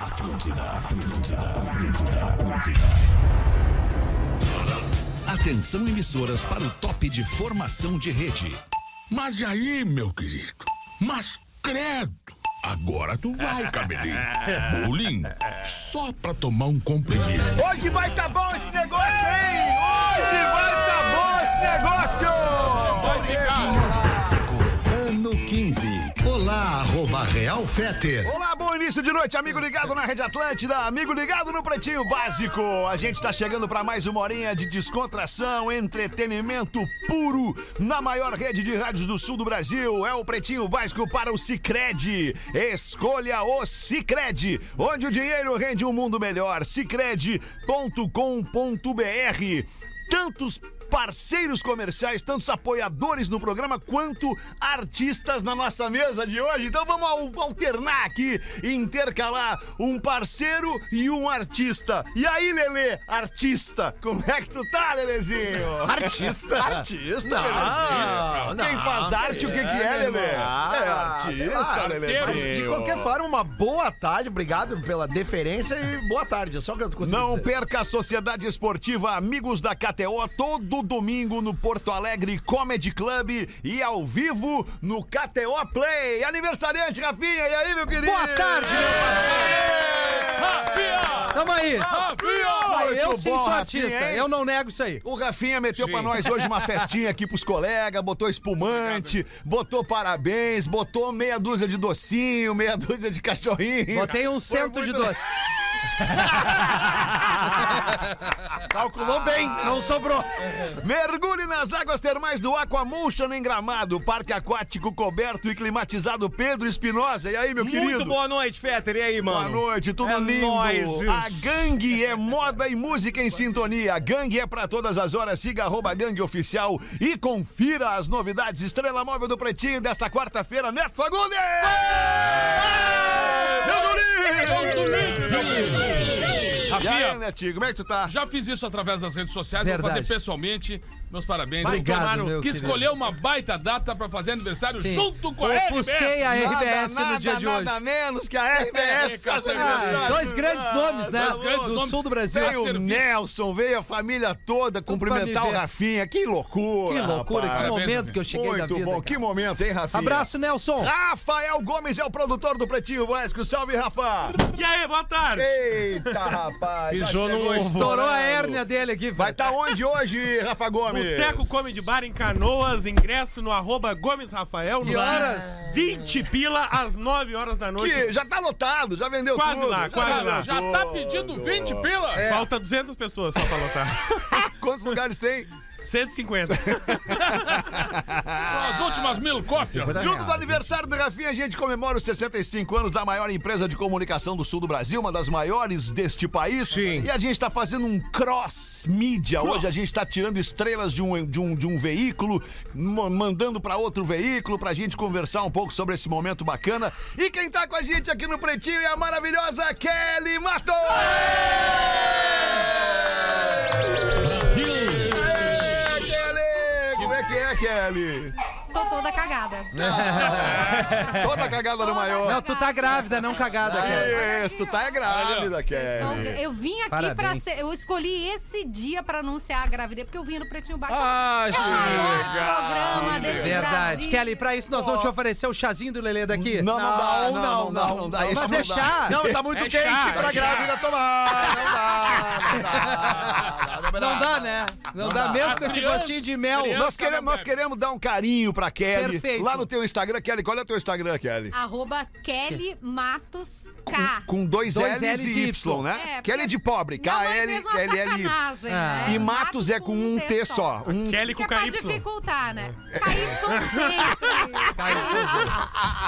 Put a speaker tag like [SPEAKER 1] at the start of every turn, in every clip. [SPEAKER 1] Atlântida, Atlântida, Atlântida, Atlântida.
[SPEAKER 2] Atenção emissoras para o top de formação de rede.
[SPEAKER 3] Mas aí, meu querido, mas credo! Agora tu vai, cabelinho. Bullying, só pra tomar um comprimido.
[SPEAKER 4] Hoje vai tá bom esse negócio, hein? Hoje vai tá bom esse negócio! Vai
[SPEAKER 2] Ano 15. Olá, arroba Real Feter.
[SPEAKER 4] Olá, bom início de noite, amigo ligado na Rede Atlântida, amigo ligado no Pretinho Básico. A gente tá chegando para mais uma horinha de descontração, entretenimento puro na maior rede de rádios do sul do Brasil. É o Pretinho Básico para o Cicred. Escolha o Cicred, onde o dinheiro rende um mundo melhor. Cicred.com.br tantos parceiros comerciais, tantos apoiadores no programa, quanto artistas na nossa mesa de hoje. Então vamos al- alternar aqui, intercalar um parceiro e um artista. E aí, Lelê, artista, como é que tu tá, Lelezinho? Artista? Artista, Lelezinho. Quem faz arte, o que, que é, Lelê? é artista, Lelezinho.
[SPEAKER 5] De qualquer forma, uma boa tarde, obrigado pela deferência e boa tarde. É só o que eu consigo
[SPEAKER 4] Não
[SPEAKER 5] dizer.
[SPEAKER 4] perca a Sociedade Esportiva Amigos da KTO todo domingo no Porto Alegre Comedy Club e ao vivo no KTO Play. Aniversariante, Rafinha, e aí, meu querido? É,
[SPEAKER 6] Boa tarde, meu Tamo aí. Mas
[SPEAKER 4] Muito
[SPEAKER 6] eu sim
[SPEAKER 4] bom,
[SPEAKER 6] sou
[SPEAKER 4] Rafinha,
[SPEAKER 6] artista,
[SPEAKER 4] hein?
[SPEAKER 6] eu não nego isso aí.
[SPEAKER 4] O Rafinha meteu pra nós hoje uma festinha aqui pros colegas, botou espumante, botou parabéns, botou meia dúzia de docinho, meia dúzia de cachorrinho.
[SPEAKER 6] Botei um
[SPEAKER 4] Foi
[SPEAKER 6] cento de
[SPEAKER 4] muito-
[SPEAKER 6] doce.
[SPEAKER 5] Calculou bem, não sobrou.
[SPEAKER 4] Mergulhe nas águas termais do Aquamulsion em Gramado, parque aquático coberto e climatizado Pedro Espinosa. E aí, meu querido?
[SPEAKER 7] Muito boa noite, Fetter. E aí,
[SPEAKER 4] Boa
[SPEAKER 7] mano?
[SPEAKER 4] noite, tudo
[SPEAKER 7] É
[SPEAKER 4] lindo.
[SPEAKER 7] nóis, isso.
[SPEAKER 4] a gangue é moda e música em sintonia. A gangue é pra todas as horas. Siga arroba gangue oficial e confira as novidades. Estrela Móvel do Pretinho desta quarta-feira, Neto Fagundes! Meu guri! E aí,
[SPEAKER 8] Rafinha,
[SPEAKER 4] Netinho, como é que tu tá?
[SPEAKER 8] já fiz isso através das redes sociais, vou
[SPEAKER 6] Verdade.
[SPEAKER 8] fazer pessoalmente. Meus parabéns.
[SPEAKER 6] Obrigado,
[SPEAKER 8] Obrigado,
[SPEAKER 6] meu
[SPEAKER 8] que
[SPEAKER 6] querido.
[SPEAKER 8] escolheu uma baita data pra fazer aniversário junto com a
[SPEAKER 6] Ofusquei a RBS
[SPEAKER 4] nada,
[SPEAKER 6] no dia de hoje.
[SPEAKER 4] Nada menos que a RBS.
[SPEAKER 8] É, cara,
[SPEAKER 6] Ah, dois grandes nomes, né?
[SPEAKER 8] Dois grandes
[SPEAKER 6] do
[SPEAKER 8] nomes.
[SPEAKER 6] sul do Brasil.
[SPEAKER 8] Veio
[SPEAKER 4] Veio o
[SPEAKER 8] serviço.
[SPEAKER 4] Nelson, veio a família toda cumprimentar
[SPEAKER 6] pra
[SPEAKER 4] o
[SPEAKER 6] me ver.
[SPEAKER 4] Rafinha. Que loucura.
[SPEAKER 6] Que loucura, que
[SPEAKER 4] rapaz.
[SPEAKER 8] Parabéns,
[SPEAKER 6] momento que eu cheguei
[SPEAKER 4] Muito
[SPEAKER 6] da vida.
[SPEAKER 4] bom,
[SPEAKER 6] cara.
[SPEAKER 4] que momento, hein, Rafinha?
[SPEAKER 6] Abraço, Nelson.
[SPEAKER 4] Rafael Gomes é o produtor do Pretinho Vasco. Salve, Rafa!
[SPEAKER 7] E aí, boa tarde.
[SPEAKER 4] Eita, rapaz!
[SPEAKER 7] Pisou
[SPEAKER 4] Chegou
[SPEAKER 7] no ovo.
[SPEAKER 4] estourando.
[SPEAKER 6] Estourou a hérnia dele aqui,
[SPEAKER 4] né, Vai
[SPEAKER 6] velho.
[SPEAKER 4] estar onde hoje, Rafa Gomes?
[SPEAKER 7] Boteco Comedy Bar em Canoas, ingresso no arroba Gomes Rafael.
[SPEAKER 6] Que
[SPEAKER 7] no
[SPEAKER 6] horas?
[SPEAKER 7] 20 pila às 9 horas da noite.
[SPEAKER 4] Que já tá lotado, já vendeu
[SPEAKER 7] Quase
[SPEAKER 4] tudo.
[SPEAKER 7] lá, quase
[SPEAKER 8] Já,
[SPEAKER 4] Já
[SPEAKER 7] lá.
[SPEAKER 4] vendeu
[SPEAKER 8] já tá
[SPEAKER 4] tudo.
[SPEAKER 8] pedindo 20 pila.
[SPEAKER 6] É.
[SPEAKER 7] Falta 200 pessoas só pra lotar.
[SPEAKER 4] Quantos lugares tem?
[SPEAKER 7] 150.
[SPEAKER 8] São as últimas mil cópias.
[SPEAKER 4] Junto do aniversário do Rafinha, a gente comemora os 65 anos da maior empresa de comunicação do sul do Brasil, uma das maiores deste país. Sim. E a gente tá fazendo um cross-mídia. Hoje a gente tá tirando estrelas de um, de um, de um veículo, ma- mandando pra outro veículo, pra gente conversar um pouco sobre esse momento bacana. E quem tá com a gente aqui no Pretinho é a maravilhosa Kelly Mato! Aê, Kelly! Como é que é, Kelly?
[SPEAKER 9] Tô toda cagada.
[SPEAKER 4] Toda cagada no
[SPEAKER 9] Toda
[SPEAKER 4] maior.
[SPEAKER 6] Não, tu tá grávida, não cagada, cara.
[SPEAKER 4] Isso, tu tá grávida,
[SPEAKER 9] Então,
[SPEAKER 4] Kelly.
[SPEAKER 9] eu vim aqui pra
[SPEAKER 6] Parabéns.
[SPEAKER 9] ser. Eu escolhi esse dia pra anunciar a gravidez, porque eu vim no Pretinho Bacana.
[SPEAKER 7] Ah,
[SPEAKER 9] é o maior programa desse
[SPEAKER 6] Verdade.
[SPEAKER 9] Brasil.
[SPEAKER 6] Kelly, pra isso nós vamos te oferecer o chazinho do Lelê daqui.
[SPEAKER 4] Não, não dá, um não, não, não, não dá. Esse
[SPEAKER 6] Mas é
[SPEAKER 4] não dá.
[SPEAKER 6] chá.
[SPEAKER 5] Não, tá muito
[SPEAKER 7] É
[SPEAKER 5] quente
[SPEAKER 7] chá,
[SPEAKER 5] pra
[SPEAKER 7] é
[SPEAKER 5] grávida tomar. Não dá, não dá. não dá.
[SPEAKER 6] Não dá, né? Não, dá, mesmo com esse
[SPEAKER 8] Criança-
[SPEAKER 6] gostinho de mel.
[SPEAKER 8] criança-
[SPEAKER 4] Nós queremos, nós queremos dar um carinho pra Kelly.
[SPEAKER 6] Perfeito.
[SPEAKER 4] Lá no teu Instagram, Kelly, qual é o teu Instagram, Kelly?
[SPEAKER 9] Arroba Kelly Matos K.
[SPEAKER 4] Com dois,
[SPEAKER 6] Dois
[SPEAKER 4] L's, e
[SPEAKER 6] L's e
[SPEAKER 4] Y, né?
[SPEAKER 9] É,
[SPEAKER 4] Kelly de pobre, K-L, L-L.
[SPEAKER 6] Ah.
[SPEAKER 9] né?
[SPEAKER 4] E Matos é com um T só. Um
[SPEAKER 7] Kelly
[SPEAKER 9] Que
[SPEAKER 7] com
[SPEAKER 9] é pra
[SPEAKER 7] KY.
[SPEAKER 9] dificultar, né? KY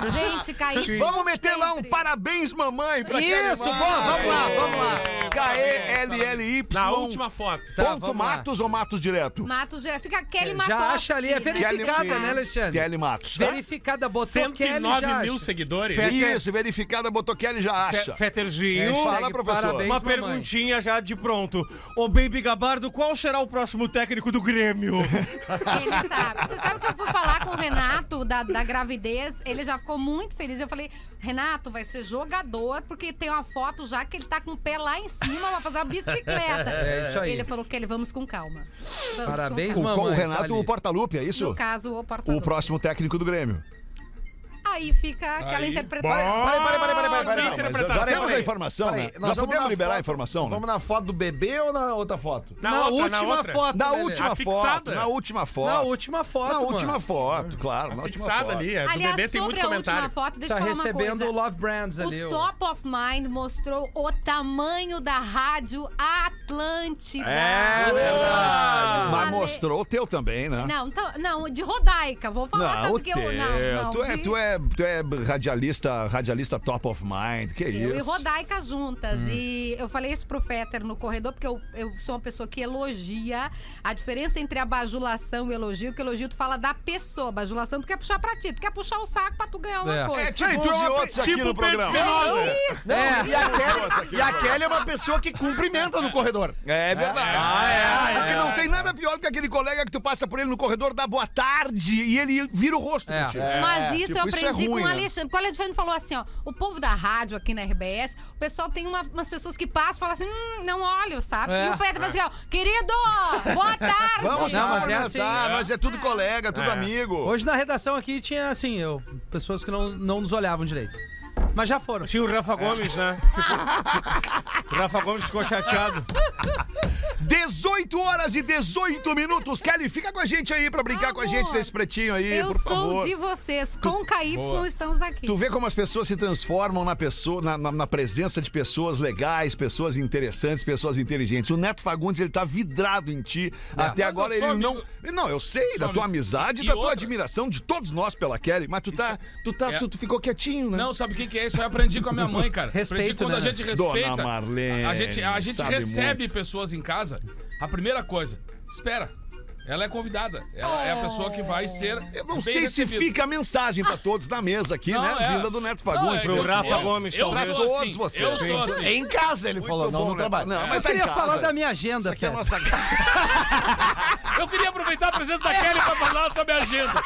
[SPEAKER 9] sempre. Gente, KY
[SPEAKER 4] Vamos meter lá um
[SPEAKER 9] sempre.
[SPEAKER 4] parabéns, mamãe, pra Kelly.
[SPEAKER 6] Isso, boa, vamos lá, vamos lá.
[SPEAKER 4] K-E-L-L-Y.
[SPEAKER 7] Na última foto.
[SPEAKER 6] Tá,
[SPEAKER 4] Ponto
[SPEAKER 6] vamos lá.
[SPEAKER 4] Matos ou Matos direto?
[SPEAKER 9] Matos geral. Fica Kelly Matos.
[SPEAKER 6] Já acha ali, é
[SPEAKER 9] Kelly-
[SPEAKER 6] verificada, né, Alexandre?
[SPEAKER 4] Kelly Matos. tá?
[SPEAKER 6] Verificada, botou Kelly já
[SPEAKER 7] 109 mil
[SPEAKER 6] acha.
[SPEAKER 7] seguidores.
[SPEAKER 4] Isso, verificada, botou Kelly já acha.
[SPEAKER 7] Fe- Fetterzinho.
[SPEAKER 4] Fala,
[SPEAKER 6] Hashtag
[SPEAKER 4] professor.
[SPEAKER 6] parabéns,
[SPEAKER 7] Uma
[SPEAKER 6] mamãe.
[SPEAKER 7] perguntinha já de pronto. Ô, Baby Gabardo, qual será o próximo técnico do Grêmio?
[SPEAKER 9] Ele sabe. Você sabe que eu fui falar com o Renato da, da gravidez, ele já ficou muito feliz. Eu falei, Renato vai ser jogador, porque tem uma foto já que ele tá com o pé lá em cima pra fazer uma bicicleta.
[SPEAKER 6] É isso aí.
[SPEAKER 9] Ele falou, Kelly, vamos com calma. Vamos com
[SPEAKER 6] Parabéns,
[SPEAKER 9] calma.
[SPEAKER 4] O,
[SPEAKER 6] mamãe.
[SPEAKER 4] o
[SPEAKER 6] tá
[SPEAKER 4] Renato,
[SPEAKER 6] ali.
[SPEAKER 4] o Portaluppi, é isso?
[SPEAKER 9] No caso, tá o porta
[SPEAKER 4] O próximo técnico do Grêmio.
[SPEAKER 9] Aí fica aquela
[SPEAKER 8] Aí, É,
[SPEAKER 9] interpretação.
[SPEAKER 5] Peraí, peraí, peraí, peraí, peraí,
[SPEAKER 4] Não,
[SPEAKER 5] peraí.
[SPEAKER 4] mas
[SPEAKER 7] interpretação,
[SPEAKER 4] já temos a
[SPEAKER 7] hein?
[SPEAKER 4] informação,
[SPEAKER 5] Peraí,
[SPEAKER 4] né?
[SPEAKER 5] nós
[SPEAKER 4] Nós
[SPEAKER 5] vamos
[SPEAKER 4] podemos
[SPEAKER 5] na
[SPEAKER 4] liberar a
[SPEAKER 5] foto-
[SPEAKER 4] informação, né?
[SPEAKER 5] Vamos na foto do bebê ou na outra foto?
[SPEAKER 6] Na,
[SPEAKER 7] outra,
[SPEAKER 6] última
[SPEAKER 7] outra.
[SPEAKER 6] foto.
[SPEAKER 4] Na
[SPEAKER 6] né,
[SPEAKER 4] última
[SPEAKER 7] A
[SPEAKER 4] foto,
[SPEAKER 7] fixada?
[SPEAKER 4] na última foto.
[SPEAKER 6] Na última foto.
[SPEAKER 4] Na última
[SPEAKER 6] mano. Tá
[SPEAKER 4] foto, claro.
[SPEAKER 7] Tá
[SPEAKER 4] Na última
[SPEAKER 8] Fixada
[SPEAKER 4] foto.
[SPEAKER 8] ali, é, do bebê
[SPEAKER 9] Aliás,
[SPEAKER 8] tem muito
[SPEAKER 9] sobre a última
[SPEAKER 8] comentário.
[SPEAKER 9] foto, deixa
[SPEAKER 6] Tá
[SPEAKER 9] eu falar uma
[SPEAKER 6] recebendo o
[SPEAKER 9] coisa.
[SPEAKER 6] Love Brands ali.
[SPEAKER 9] O
[SPEAKER 6] ó.
[SPEAKER 9] Top of Mind mostrou o tamanho da rádio Atlântida.
[SPEAKER 4] É verdade. Mas
[SPEAKER 9] Falei-
[SPEAKER 4] mostrou o teu também, né?
[SPEAKER 9] Não, então- não, de Rodaica, vou falar
[SPEAKER 4] Não,
[SPEAKER 9] tanto
[SPEAKER 4] o
[SPEAKER 9] que
[SPEAKER 4] teu.
[SPEAKER 9] eu. Não, não,
[SPEAKER 4] tu, é,
[SPEAKER 9] de-
[SPEAKER 4] tu, é, tu é radialista, radialista top of mind. Que
[SPEAKER 9] Eu e
[SPEAKER 4] isso? Hum.
[SPEAKER 9] Rodaica juntas. E eu falei isso pro Fetter no corredor, porque eu, eu sou uma pessoa que elogia. A diferença entre a bajulação e o elogio, que elogio tu fala da pessoa. Bajulação tu quer puxar pra ti, tu quer puxar o saco pra tu ganhar uma
[SPEAKER 6] É.
[SPEAKER 9] coisa.
[SPEAKER 4] É tipo os outros aqui no programa.
[SPEAKER 9] É isso!
[SPEAKER 6] É.
[SPEAKER 5] E a Kelly, e a Kelly é uma pessoa que cumprimenta no corredor. Ah,
[SPEAKER 4] É verdade.
[SPEAKER 5] é.
[SPEAKER 4] Porque não tem nada pior que aquele colega que tu passa por ele no corredor, dá boa tarde e ele vira o rosto.
[SPEAKER 6] É.
[SPEAKER 4] contigo.
[SPEAKER 9] Mas isso
[SPEAKER 4] tipo,
[SPEAKER 9] eu
[SPEAKER 4] isso é
[SPEAKER 9] aprendi
[SPEAKER 4] ruim,
[SPEAKER 9] com o
[SPEAKER 4] né?
[SPEAKER 9] Alexandre. Porque o Alexandre falou assim, ó. O povo da rádio aqui na RBS, o pessoal tem uma- umas pessoas que passam e falam assim, hum, não olho, sabe?
[SPEAKER 6] É.
[SPEAKER 9] E o Feta fala assim, ó, querido, boa tarde.
[SPEAKER 4] Vamos
[SPEAKER 6] Não, mas
[SPEAKER 4] lá,
[SPEAKER 6] é assim,
[SPEAKER 4] tá,
[SPEAKER 6] é.
[SPEAKER 4] nós é tudo colega, tudo amigo.
[SPEAKER 6] Hoje na redação aqui tinha, assim, eu, pessoas que não, não nos olhavam direito. Mas já foram.
[SPEAKER 7] Tinha o Rafa Gomes, né? o Rafa Gomes ficou chateado.
[SPEAKER 4] 18 horas e 18 minutos. Kelly, fica com a gente aí pra brincar com a gente
[SPEAKER 9] Amor,
[SPEAKER 4] desse pretinho aí,
[SPEAKER 9] eu
[SPEAKER 4] por
[SPEAKER 9] sou
[SPEAKER 4] favor.
[SPEAKER 9] de vocês. Com KY estamos aqui.
[SPEAKER 4] Tu vê como as pessoas se transformam na, pessoa, na, na- na presença de pessoas legais, pessoas interessantes, pessoas inteligentes. O Neto Fagundes, ele tá vidrado em ti. Até
[SPEAKER 8] É. Mas
[SPEAKER 4] agora
[SPEAKER 8] eu
[SPEAKER 4] ele
[SPEAKER 8] sou
[SPEAKER 4] não.
[SPEAKER 8] amigo-
[SPEAKER 4] Não, eu sei da
[SPEAKER 8] sou
[SPEAKER 4] tua
[SPEAKER 8] amigo.
[SPEAKER 4] amizade,
[SPEAKER 8] E
[SPEAKER 4] da tua
[SPEAKER 8] outra.
[SPEAKER 4] admiração, de todos nós pela Kelly, mas tu tá. Tu, tá,
[SPEAKER 8] é-
[SPEAKER 4] tu, tu ficou quietinho, né?
[SPEAKER 8] Não, sabe o que, que é isso? Eu aprendi com a minha mãe, cara. aprendi
[SPEAKER 6] Respeito,
[SPEAKER 8] quando
[SPEAKER 6] né,
[SPEAKER 8] a
[SPEAKER 6] né?
[SPEAKER 8] gente respeita.
[SPEAKER 4] Dona Marlene,
[SPEAKER 8] a gente, a gente
[SPEAKER 4] sabe
[SPEAKER 8] recebe
[SPEAKER 4] muito.
[SPEAKER 8] pessoas em casa. A primeira coisa, espera. Ela é convidada. Ela é a pessoa que vai ser.
[SPEAKER 4] Eu não
[SPEAKER 8] bem
[SPEAKER 4] sei se
[SPEAKER 8] recebida.
[SPEAKER 4] fica a mensagem pra todos na mesa aqui,
[SPEAKER 8] Não,
[SPEAKER 4] né?
[SPEAKER 8] é.
[SPEAKER 4] Vinda do Neto Fagundes.
[SPEAKER 8] Não, é que eu
[SPEAKER 7] Pro Rafa
[SPEAKER 8] sou- eu-
[SPEAKER 7] Gomes,
[SPEAKER 8] eu
[SPEAKER 4] talvez.
[SPEAKER 8] sou
[SPEAKER 4] Pra todos
[SPEAKER 8] assim,
[SPEAKER 4] vocês.
[SPEAKER 8] Eu sou assim.
[SPEAKER 5] É em casa, ele falou, não
[SPEAKER 8] né?
[SPEAKER 5] no trabalho.
[SPEAKER 4] Não, mas
[SPEAKER 6] Eu
[SPEAKER 4] tá em
[SPEAKER 6] queria
[SPEAKER 4] casa.
[SPEAKER 6] falar da minha agenda,
[SPEAKER 4] Aqui é a
[SPEAKER 6] Fê.
[SPEAKER 4] nossa
[SPEAKER 8] Eu queria aproveitar a presença da Kelly pra falar sobre a agenda.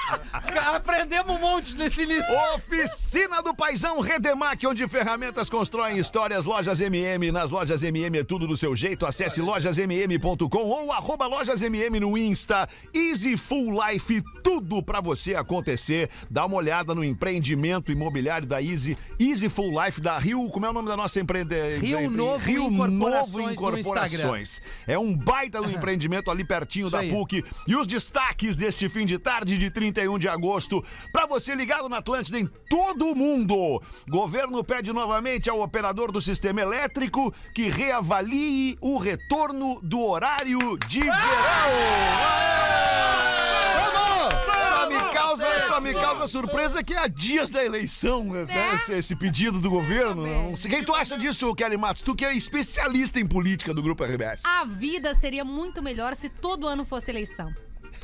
[SPEAKER 6] Aprendemos um monte nesse início.
[SPEAKER 4] Oficina do Paizão Redemac, onde ferramentas constroem histórias. Lojas MM. Nas lojas MM é tudo do seu jeito. Acesse lojasmm.com ou arroba lojasmm no Insta. Easy Full Life, tudo pra você acontecer. Dá uma olhada no empreendimento imobiliário da Easy. Easy Full Life da Rio. Como é o nome da nossa empreendedora?
[SPEAKER 6] Rio Novo
[SPEAKER 4] Rio
[SPEAKER 6] Incorporações
[SPEAKER 4] Novo
[SPEAKER 6] no
[SPEAKER 4] Incorporações. É um baita do empreendimento ali pertinho
[SPEAKER 6] Isso
[SPEAKER 4] da
[SPEAKER 6] aí.
[SPEAKER 4] PUC. PUC. E os destaques deste fim de tarde de 31 de agosto. Para você ligado na Atlântida em todo o mundo. Governo pede novamente ao operador do sistema elétrico que reavalie o retorno do horário de verão. Só me causa, só me causa surpresa que é a dias da eleição, né?
[SPEAKER 9] Né?
[SPEAKER 4] Esse, esse pedido do governo.
[SPEAKER 9] também.
[SPEAKER 4] Não é. sei. Quem tu acha disso, Kelly Matos? Tu que é especialista em política do Grupo RBS.
[SPEAKER 9] A vida seria muito melhor se todo ano fosse eleição.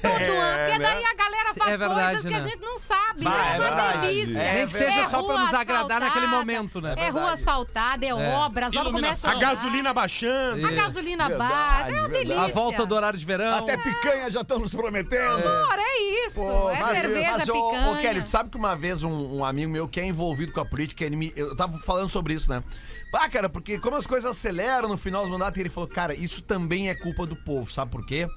[SPEAKER 9] Todo ano. Porque daí a galera faz
[SPEAKER 6] É verdade,
[SPEAKER 9] coisas que a
[SPEAKER 6] né?
[SPEAKER 9] gente não sabe.
[SPEAKER 5] Bah,
[SPEAKER 9] né?
[SPEAKER 5] é
[SPEAKER 9] uma
[SPEAKER 5] verdade.
[SPEAKER 9] delícia.
[SPEAKER 5] É
[SPEAKER 6] Nem que seja
[SPEAKER 9] É
[SPEAKER 6] só pra
[SPEAKER 9] rua
[SPEAKER 6] nos agradar
[SPEAKER 9] asfaltada,
[SPEAKER 6] naquele momento, né?
[SPEAKER 9] É rua asfaltada, é, obra, as obras
[SPEAKER 8] Iluminação.
[SPEAKER 9] começam
[SPEAKER 7] A gasolina baixando.
[SPEAKER 5] É.
[SPEAKER 9] A gasolina
[SPEAKER 4] Verdade,
[SPEAKER 9] baixa, é uma
[SPEAKER 4] verdade.
[SPEAKER 9] delícia.
[SPEAKER 6] A volta do horário de verão.
[SPEAKER 4] Até picanha já estão nos prometendo.
[SPEAKER 9] Ora, é isso.
[SPEAKER 5] Pô,
[SPEAKER 9] é
[SPEAKER 5] mas-
[SPEAKER 9] cerveja,
[SPEAKER 5] mas, ô- ô,
[SPEAKER 9] picanha.
[SPEAKER 5] Kelly, tu sabe que uma vez um, um amigo meu que é envolvido com a política, ele me, eu tava falando sobre isso, né? Ah, cara, porque como as coisas aceleram no final do mandato, ele falou, cara, isso também é culpa do povo, sabe por quê?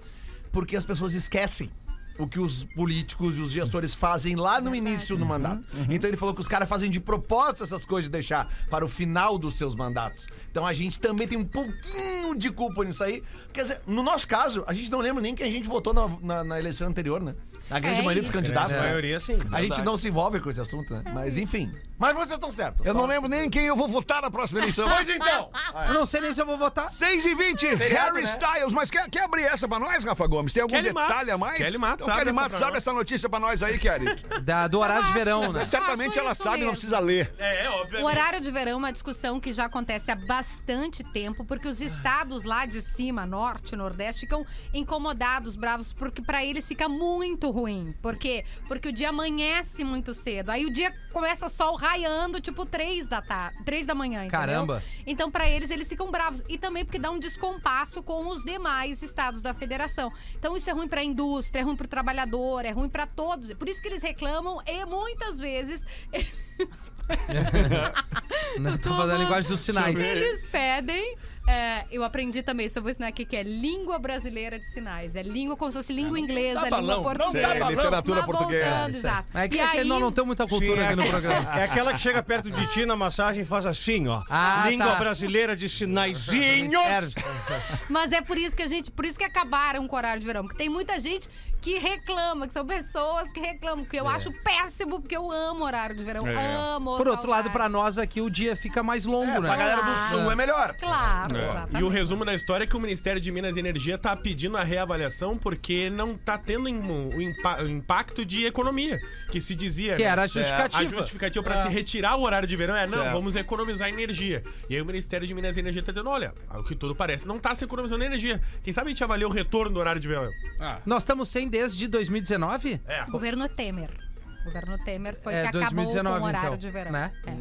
[SPEAKER 5] Porque as pessoas esquecem o que os políticos e os gestores fazem lá no início
[SPEAKER 9] Uhum.
[SPEAKER 5] do mandato. Então ele falou que os caras fazem de propósito essas coisas de deixar para o final dos seus mandatos. Então a gente também tem um pouquinho de culpa nisso aí. Quer dizer, no nosso caso, a gente não lembra nem quem a gente votou na, na- na eleição anterior, né? A grande
[SPEAKER 9] É
[SPEAKER 5] maioria dos
[SPEAKER 9] isso.
[SPEAKER 5] candidatos.
[SPEAKER 7] A
[SPEAKER 5] né?
[SPEAKER 7] maioria, sim.
[SPEAKER 5] A gente não se envolve com esse assunto, né? Mas enfim. Mas vocês estão certos.
[SPEAKER 4] Eu
[SPEAKER 5] Só-
[SPEAKER 4] não lembro nem em quem eu vou votar na próxima eleição.
[SPEAKER 5] Pois então!
[SPEAKER 6] Eu não sei nem se eu vou votar.
[SPEAKER 4] 6 e 20
[SPEAKER 5] Feriado,
[SPEAKER 4] Harry
[SPEAKER 5] né?
[SPEAKER 4] Styles. Mas quer, quer abrir essa pra nós, Rafa Gomes? Tem algum
[SPEAKER 7] Kelly
[SPEAKER 4] detalhe
[SPEAKER 7] Matos.
[SPEAKER 4] a mais?
[SPEAKER 7] Kelly Matos,
[SPEAKER 4] então,
[SPEAKER 7] abre
[SPEAKER 4] Kelly
[SPEAKER 7] essa
[SPEAKER 4] Matos
[SPEAKER 7] pra
[SPEAKER 4] abre
[SPEAKER 7] nós.
[SPEAKER 4] essa notícia pra nós aí, Kelly.
[SPEAKER 6] Da,
[SPEAKER 9] Tá
[SPEAKER 6] do horário de verão, né?
[SPEAKER 4] Mas certamente
[SPEAKER 9] Faço
[SPEAKER 4] ela
[SPEAKER 9] isso
[SPEAKER 4] sabe, não
[SPEAKER 9] mesmo.
[SPEAKER 4] precisa ler.
[SPEAKER 7] É, é óbvio.
[SPEAKER 9] O horário de verão é uma discussão que já acontece há bastante tempo, porque os estados lados lá de cima, norte, nordeste, ficam incomodados, bravos, porque pra eles fica muito ruim. Por quê? Porque o dia amanhece muito cedo. Aí o dia começa sol raiando, tipo, três da tarde, três da manhã, entendeu?
[SPEAKER 6] Caramba.
[SPEAKER 9] Então, pra eles, eles ficam bravos. E também porque dá um descompasso com os demais estados da federação. Então, isso é ruim pra indústria, é ruim pro trabalhador, é ruim pra todos. Por isso que eles reclamam e muitas vezes
[SPEAKER 6] Não, tô
[SPEAKER 9] tô
[SPEAKER 6] fazendo a
[SPEAKER 9] amando.
[SPEAKER 6] linguagem dos sinais.
[SPEAKER 9] Eles pedem. é, eu aprendi também, isso eu vou ensinar aqui, que é língua brasileira de sinais. É língua como se fosse língua inglesa, língua
[SPEAKER 8] balão, não
[SPEAKER 9] portuguesa.
[SPEAKER 8] dá
[SPEAKER 9] Tá
[SPEAKER 8] balão.
[SPEAKER 4] É, literatura portuguesa.
[SPEAKER 9] voltando, exato.
[SPEAKER 6] Mas é que,
[SPEAKER 9] E
[SPEAKER 6] é que
[SPEAKER 9] aí-
[SPEAKER 6] nós não temos muita cultura aqui no programa.
[SPEAKER 7] É aquela que chega perto de ti na massagem e faz assim, ó.
[SPEAKER 6] Ah,
[SPEAKER 7] Língua
[SPEAKER 6] tá.
[SPEAKER 7] brasileira de sinaizinhos.
[SPEAKER 6] Serve.
[SPEAKER 9] Mas é por isso que a gente, por isso que acabaram com o horário de verão, porque tem muita gente que reclama, que são pessoas que reclamam, que eu
[SPEAKER 4] É.
[SPEAKER 9] acho péssimo, porque eu amo horário de verão, amo.
[SPEAKER 6] Por outro lado, pra
[SPEAKER 9] saudade.
[SPEAKER 6] nós aqui o dia fica mais longo, né?
[SPEAKER 5] Pra galera do
[SPEAKER 4] Ah.
[SPEAKER 5] sul é melhor.
[SPEAKER 9] Claro,
[SPEAKER 10] E
[SPEAKER 4] É.
[SPEAKER 9] exatamente.
[SPEAKER 10] o resumo da história é que o Ministério de Minas e Energia tá pedindo a reavaliação porque não tá tendo em- o, impa- o impacto de economia, que se dizia.
[SPEAKER 6] Que
[SPEAKER 10] né?
[SPEAKER 6] era a
[SPEAKER 10] É,
[SPEAKER 6] justificativa.
[SPEAKER 10] a justificativa para
[SPEAKER 6] Ah.
[SPEAKER 10] se retirar o horário de verão é, não,
[SPEAKER 5] Certo.
[SPEAKER 10] vamos economizar energia. E aí o Ministério de Minas e Energia tá dizendo, olha, o que tudo parece, não tá se economizando energia. Quem sabe a gente avalia o retorno do horário de verão.
[SPEAKER 8] Ah,
[SPEAKER 6] Nós estamos sem desde 2019? É,
[SPEAKER 9] Governo Temer. Governo Temer foi que acabou
[SPEAKER 6] 2019,
[SPEAKER 9] com o horário
[SPEAKER 6] então,
[SPEAKER 9] de verão.
[SPEAKER 6] né?
[SPEAKER 9] É.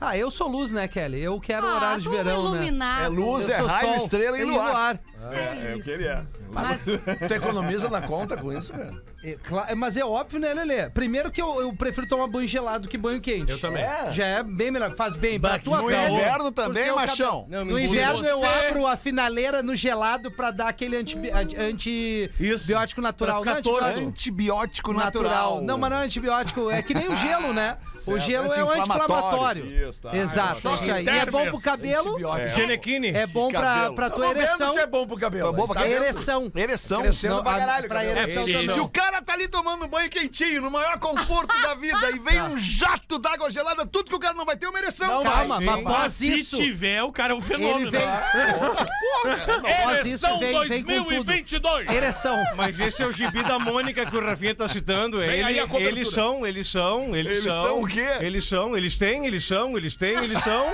[SPEAKER 6] Ah, eu sou luz, né, Kelly? Eu quero
[SPEAKER 9] Ah,
[SPEAKER 6] horário de
[SPEAKER 9] vamos
[SPEAKER 6] verão, né?
[SPEAKER 9] iluminar.
[SPEAKER 4] É luz,
[SPEAKER 6] Eu
[SPEAKER 4] é
[SPEAKER 6] sou
[SPEAKER 4] raio,
[SPEAKER 6] sol
[SPEAKER 4] estrela e luar. É, é o que ele é.
[SPEAKER 9] Mas,
[SPEAKER 5] Tu economiza na conta com isso, cara?
[SPEAKER 6] É, cla- Mas é óbvio, né, Lelê? Primeiro que eu, eu prefiro tomar banho gelado que banho quente.
[SPEAKER 10] Eu também.
[SPEAKER 6] Já é bem melhor, faz bem pra tua
[SPEAKER 4] No
[SPEAKER 6] pele.
[SPEAKER 4] inverno
[SPEAKER 6] Porque
[SPEAKER 4] também,
[SPEAKER 6] o
[SPEAKER 4] machão?
[SPEAKER 6] cabelo- No inverno
[SPEAKER 8] Você-
[SPEAKER 6] eu abro a finaleira no gelado pra dar aquele antibi- anti- antibiótico natural.
[SPEAKER 7] Pra ficar
[SPEAKER 6] não, é antibiótico
[SPEAKER 4] é Antibiótico natural.
[SPEAKER 6] Não, mas não é antibiótico, é que nem o gelo, né? o gelo é um
[SPEAKER 4] Anti-inflamatório.
[SPEAKER 6] anti-inflamatório.
[SPEAKER 4] Isso, tá.
[SPEAKER 6] Exato, é isso aí. E é bom pro cabelo,
[SPEAKER 7] Genequine.
[SPEAKER 6] é bom pra,
[SPEAKER 4] cabelo. Tá
[SPEAKER 6] pra tua
[SPEAKER 5] Tô vendo
[SPEAKER 6] ereção.
[SPEAKER 5] que é bom pro cabelo.
[SPEAKER 4] É bom pra
[SPEAKER 6] Pra
[SPEAKER 4] cabelo.
[SPEAKER 6] ereção.
[SPEAKER 4] Ereção.
[SPEAKER 5] Crescendo
[SPEAKER 6] Não,
[SPEAKER 5] pra
[SPEAKER 6] a-
[SPEAKER 5] caralho.
[SPEAKER 6] pra
[SPEAKER 5] cabelo.
[SPEAKER 6] ereção
[SPEAKER 10] Ele-
[SPEAKER 4] Se
[SPEAKER 6] também.
[SPEAKER 4] o cara tá ali tomando banho quentinho, no maior conforto da vida, e vem um jato d'água gelada, tudo que o cara não vai ter é uma ereção.
[SPEAKER 5] Não,
[SPEAKER 4] cara.
[SPEAKER 6] Calma, mas após isso,
[SPEAKER 10] Se tiver, o cara é um fenômeno.
[SPEAKER 6] ele vem...
[SPEAKER 4] né?
[SPEAKER 6] Após isso,
[SPEAKER 8] eleição
[SPEAKER 6] vem, vem com tudo.
[SPEAKER 8] 2022!
[SPEAKER 6] Ereção.
[SPEAKER 7] Mas esse é o gibi da Mônica que o Rafinha tá citando. Ele-
[SPEAKER 8] aí a cobertura.
[SPEAKER 7] eles são, eles são, eles,
[SPEAKER 4] Eles
[SPEAKER 7] são.
[SPEAKER 4] são o quê?
[SPEAKER 7] Eles são, eles têm, eles são, eles têm, eles são.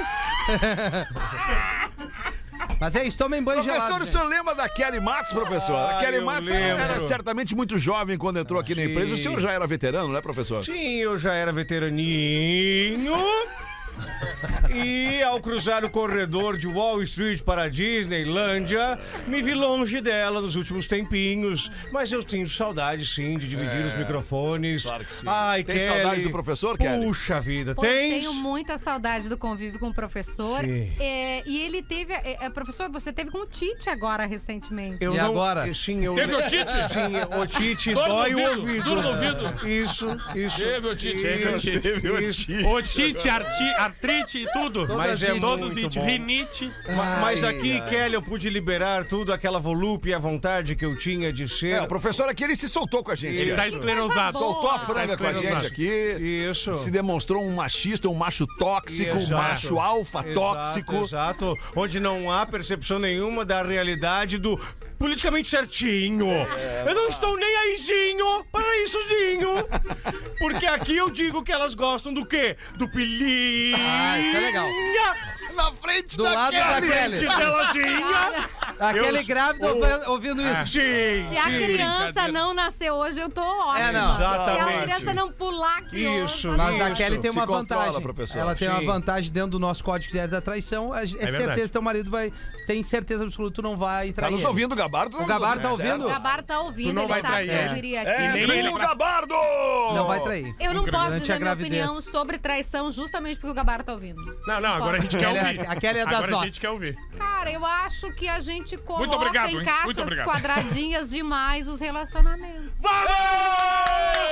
[SPEAKER 6] Mas é isso, tomem banho
[SPEAKER 4] Professor,
[SPEAKER 6] gelado.
[SPEAKER 4] o senhor lembra da Kelly Matos, professor? a
[SPEAKER 7] Ah,
[SPEAKER 4] Kelly
[SPEAKER 7] eu
[SPEAKER 4] Matos
[SPEAKER 7] lembro.
[SPEAKER 4] era um certamente muito jovem quando entrou aqui na empresa. O senhor já era veterano, né, professor?
[SPEAKER 7] Sim, eu já era veteraninho. E ao cruzar o corredor de Wall Street para a Disneylândia, me vi longe dela nos últimos tempinhos. Mas eu tenho saudade, sim, de dividir os microfones. Claro que sim. Ai,
[SPEAKER 4] Tem
[SPEAKER 7] Kelly,
[SPEAKER 4] saudade do professor, Kelly?
[SPEAKER 7] Puxa vida,
[SPEAKER 9] pô,
[SPEAKER 7] tem.
[SPEAKER 9] tenho
[SPEAKER 6] um
[SPEAKER 9] muita saudade do convívio com o professor.
[SPEAKER 7] Sim.
[SPEAKER 9] É, e ele teve. é, é, professor, você teve com o Tite agora recentemente.
[SPEAKER 7] Eu
[SPEAKER 6] E agora?
[SPEAKER 7] Sim, eu...
[SPEAKER 8] Teve otite?
[SPEAKER 7] Sim, otite
[SPEAKER 8] Dor no
[SPEAKER 7] dói o
[SPEAKER 8] ouvido,
[SPEAKER 7] ouvido.
[SPEAKER 8] dor no ouvido.
[SPEAKER 7] Isso, isso.
[SPEAKER 8] Teve otite.
[SPEAKER 7] Isso,
[SPEAKER 4] Teve
[SPEAKER 7] isso.
[SPEAKER 4] otite.
[SPEAKER 10] Otite, arti- artrite e tudo.
[SPEAKER 7] Mas é
[SPEAKER 10] Todos
[SPEAKER 7] muito
[SPEAKER 10] it,
[SPEAKER 7] bom.
[SPEAKER 10] rinite.
[SPEAKER 7] Ma- Mas aqui, Kelly, eu pude liberar tudo, aquela volúpia e a vontade que eu tinha de ser.
[SPEAKER 4] É, o professor aqui, ele Tá se soltou com a gente.
[SPEAKER 10] Ele
[SPEAKER 4] cara.
[SPEAKER 10] tá esclerosado.
[SPEAKER 4] Soltou a
[SPEAKER 9] Boa.
[SPEAKER 4] franga com a gente
[SPEAKER 10] esclerosado.
[SPEAKER 4] aqui.
[SPEAKER 7] Isso.
[SPEAKER 4] Se demonstrou um machista, um macho tóxico, um
[SPEAKER 7] Exato.
[SPEAKER 4] macho alfa
[SPEAKER 7] Exato,
[SPEAKER 4] tóxico.
[SPEAKER 7] Exato. Onde não há percepção nenhuma da realidade do politicamente certinho. eu não estou nem aízinho para issozinho. Porque aqui eu digo que elas gostam do quê? Do pilinha.
[SPEAKER 6] Ah, isso é legal.
[SPEAKER 4] Na frente
[SPEAKER 6] Do
[SPEAKER 4] da
[SPEAKER 6] lado da
[SPEAKER 4] Kelly.
[SPEAKER 6] Kelly.
[SPEAKER 7] Delazinha.
[SPEAKER 6] Aquele grávida ouvi- ouvindo
[SPEAKER 4] Ah.
[SPEAKER 6] isso.
[SPEAKER 7] Sim.
[SPEAKER 9] Se a criança
[SPEAKER 8] brincadeira.
[SPEAKER 9] não nascer hoje, eu tô ótima.
[SPEAKER 6] É, não.
[SPEAKER 9] Se a
[SPEAKER 7] Exatamente.
[SPEAKER 9] criança não pular aqui hoje,
[SPEAKER 7] Isso,
[SPEAKER 9] tá
[SPEAKER 6] Mas a
[SPEAKER 7] Isso.
[SPEAKER 6] Kelly tem
[SPEAKER 4] Se
[SPEAKER 6] uma
[SPEAKER 4] controla,
[SPEAKER 6] vantagem.
[SPEAKER 4] professor.
[SPEAKER 6] Ela tem uma
[SPEAKER 7] Sim.
[SPEAKER 6] vantagem dentro do nosso código de ética da traição. É, é certeza que teu marido vai. Tem certeza absoluta que tu não vai
[SPEAKER 4] Tá
[SPEAKER 6] trair.
[SPEAKER 4] nos
[SPEAKER 6] ele.
[SPEAKER 4] ouvindo, Gabardo?
[SPEAKER 6] O Gabardo tá
[SPEAKER 4] Certo.
[SPEAKER 6] ouvindo?
[SPEAKER 9] O Gabar tá ouvindo, ele sabe que eu viria aqui.
[SPEAKER 4] É,
[SPEAKER 8] nem ele
[SPEAKER 4] Dudu Gabardo!
[SPEAKER 6] Não vai trair.
[SPEAKER 9] Eu
[SPEAKER 7] Um
[SPEAKER 9] não posso
[SPEAKER 6] Durante
[SPEAKER 9] dizer
[SPEAKER 6] a
[SPEAKER 9] a minha
[SPEAKER 6] gravidez.
[SPEAKER 9] opinião sobre traição justamente porque o Gabar tá ouvindo.
[SPEAKER 10] Não, não, agora a gente quer
[SPEAKER 6] Kelly é-
[SPEAKER 10] ouvir.
[SPEAKER 6] a Kelly é das
[SPEAKER 10] Agora a
[SPEAKER 6] nossas.
[SPEAKER 10] gente quer ouvir.
[SPEAKER 9] Cara, eu acho que a gente coloca
[SPEAKER 8] obrigado,
[SPEAKER 9] em
[SPEAKER 8] hein? Muito
[SPEAKER 9] caixas
[SPEAKER 8] obrigado.
[SPEAKER 9] quadradinhas demais os relacionamentos.
[SPEAKER 6] Kelly!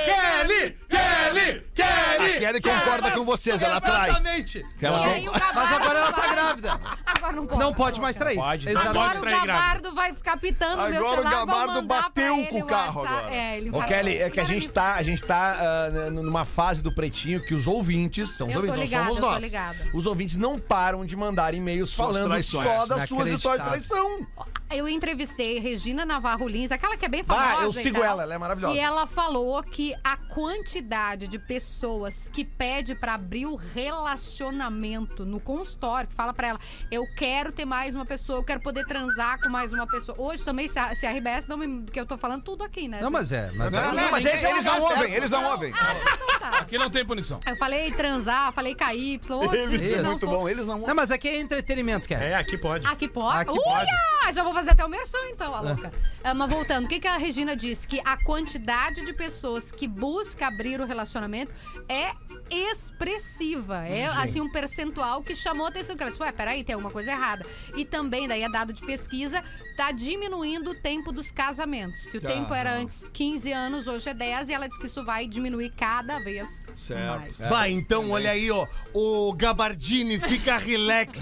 [SPEAKER 6] Kelly!
[SPEAKER 4] A
[SPEAKER 6] Kelly!
[SPEAKER 4] Kelly concorda com vocês, ela trai.
[SPEAKER 6] Exatamente!
[SPEAKER 4] Ela
[SPEAKER 9] E aí o um Gabardo
[SPEAKER 6] Mas agora ela tá
[SPEAKER 9] vai-
[SPEAKER 6] grávida.
[SPEAKER 9] Agora não pode.
[SPEAKER 6] Não pode mais trair.
[SPEAKER 5] Pode.
[SPEAKER 6] Exatamente.
[SPEAKER 9] Agora
[SPEAKER 10] pode
[SPEAKER 9] o
[SPEAKER 10] trair grávida.
[SPEAKER 9] Gabardo vai ficar pitando o
[SPEAKER 4] Agora
[SPEAKER 9] meu
[SPEAKER 4] o
[SPEAKER 9] celular. vou
[SPEAKER 4] Gabardo
[SPEAKER 9] mandar pra
[SPEAKER 4] bateu
[SPEAKER 9] ele
[SPEAKER 4] com o carro
[SPEAKER 9] WhatsApp.
[SPEAKER 4] agora.
[SPEAKER 9] É, ele
[SPEAKER 5] Ô,
[SPEAKER 9] vai-
[SPEAKER 5] Kelly, é que a gente tá, a gente tá ah, n- numa fase do pretinho que os ouvintes, são os
[SPEAKER 9] Eu tô
[SPEAKER 5] ouvintes,
[SPEAKER 9] ligada,
[SPEAKER 5] não somos
[SPEAKER 9] eu tô
[SPEAKER 5] nós.
[SPEAKER 9] ligada.
[SPEAKER 5] Os ouvintes não param de mandar e-mails
[SPEAKER 4] Suas
[SPEAKER 5] falando
[SPEAKER 4] traições.
[SPEAKER 5] só das suas histórias de
[SPEAKER 6] Inacreditável.
[SPEAKER 5] traição.
[SPEAKER 9] eu entrevistei Regina Navarro Lins, aquela que é bem famosa.
[SPEAKER 5] Bah, eu
[SPEAKER 9] e
[SPEAKER 5] sigo
[SPEAKER 9] tal.
[SPEAKER 5] ela, ela é maravilhosa.
[SPEAKER 9] E ela falou que a quantidade de pessoas que pede pra abrir o relacionamento no consultório, que fala pra ela, eu quero ter mais uma pessoa, eu quero poder transar com mais uma pessoa. Hoje também, se a, se a RBS não me... Porque eu tô falando tudo aqui, né?
[SPEAKER 6] Não, mas é. Mas é.
[SPEAKER 4] Não, não, mas eles, eles não ouvem, eles não ouvem.
[SPEAKER 9] Ah, então tá.
[SPEAKER 8] Aqui não tem punição.
[SPEAKER 9] Eu falei transar, falei KY, hoje
[SPEAKER 4] Eles
[SPEAKER 9] se
[SPEAKER 4] são
[SPEAKER 9] não
[SPEAKER 4] é muito
[SPEAKER 9] for-
[SPEAKER 4] bom, eles não
[SPEAKER 6] Não, mas aqui é entretenimento, cara.
[SPEAKER 10] É, aqui pode.
[SPEAKER 9] Aqui pode?
[SPEAKER 6] Aqui
[SPEAKER 9] Olha! Já vou fazer até o merchan, então, a louca. Ah, mas voltando, o que, que a Regina disse? Que a quantidade de pessoas que busca abrir o relacionamento é expressiva. É, assim, um percentual que chamou a atenção. Que ela disse, ué, peraí, tem alguma coisa errada. E também, daí é dado de pesquisa, tá diminuindo o tempo dos casamentos. Se o tempo era antes 15 anos, hoje é 10, e ela disse que isso vai diminuir cada vez mais.
[SPEAKER 7] Vai, então,
[SPEAKER 6] é
[SPEAKER 7] olha aí, ó. O Gabardini fica relax.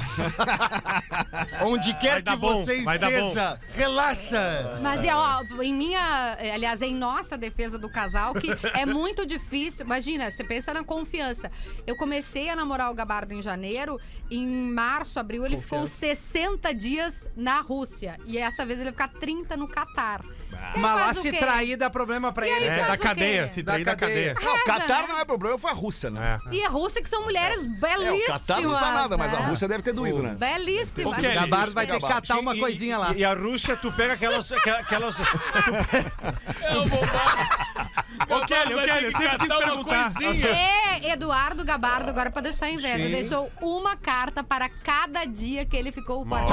[SPEAKER 7] Onde quer
[SPEAKER 10] Vai dar
[SPEAKER 7] que
[SPEAKER 10] bom,
[SPEAKER 7] você
[SPEAKER 10] vai dar bom.
[SPEAKER 7] esteja, relaxa.
[SPEAKER 9] Mas, é, ó, em minha, eh, aliás, em nossa defesa do casal, que é muito difícil. Imagina, você pensa na confiança. Eu comecei a namorar o Gabardo em janeiro, em março, abril, ele ficou 60 dias na Rússia. E essa vez ele vai ficar 30 no Catar. E aí
[SPEAKER 6] Mas lá
[SPEAKER 9] faz o
[SPEAKER 6] se
[SPEAKER 9] quê?
[SPEAKER 6] trair dá problema pra
[SPEAKER 9] E aí
[SPEAKER 6] ele.
[SPEAKER 10] É,
[SPEAKER 9] faz
[SPEAKER 10] da
[SPEAKER 9] o quê?
[SPEAKER 10] cadeia, se
[SPEAKER 6] Da
[SPEAKER 10] trair da
[SPEAKER 6] cadeia.
[SPEAKER 10] cadeia.
[SPEAKER 4] Não, o Catar
[SPEAKER 9] né?
[SPEAKER 4] não é problema, foi a Rússia, né?
[SPEAKER 9] E a Rússia, que são mulheres
[SPEAKER 4] É,
[SPEAKER 9] belíssimas.
[SPEAKER 4] o Catar não tá nada, mas a
[SPEAKER 9] né?
[SPEAKER 4] Rússia deve ter doído, né?
[SPEAKER 9] Belíssimas.
[SPEAKER 10] O Kelly,
[SPEAKER 6] Gabardo vai ter que
[SPEAKER 4] Gabardo.
[SPEAKER 6] catar Ah, tá uma
[SPEAKER 7] E-
[SPEAKER 6] coisinha lá.
[SPEAKER 7] E, e a Rússia, tu pega aquelas. aquela- aquelas...
[SPEAKER 8] Eu vou embora.
[SPEAKER 10] Ô, Kelly, ô, Kelly, eu sempre quis
[SPEAKER 8] catar uma
[SPEAKER 10] perguntar.
[SPEAKER 8] coisinha.
[SPEAKER 9] É, Eduardo Gabardo, agora pra deixar inveja,
[SPEAKER 10] Sim.
[SPEAKER 9] deixou uma carta para cada dia que ele ficou fora.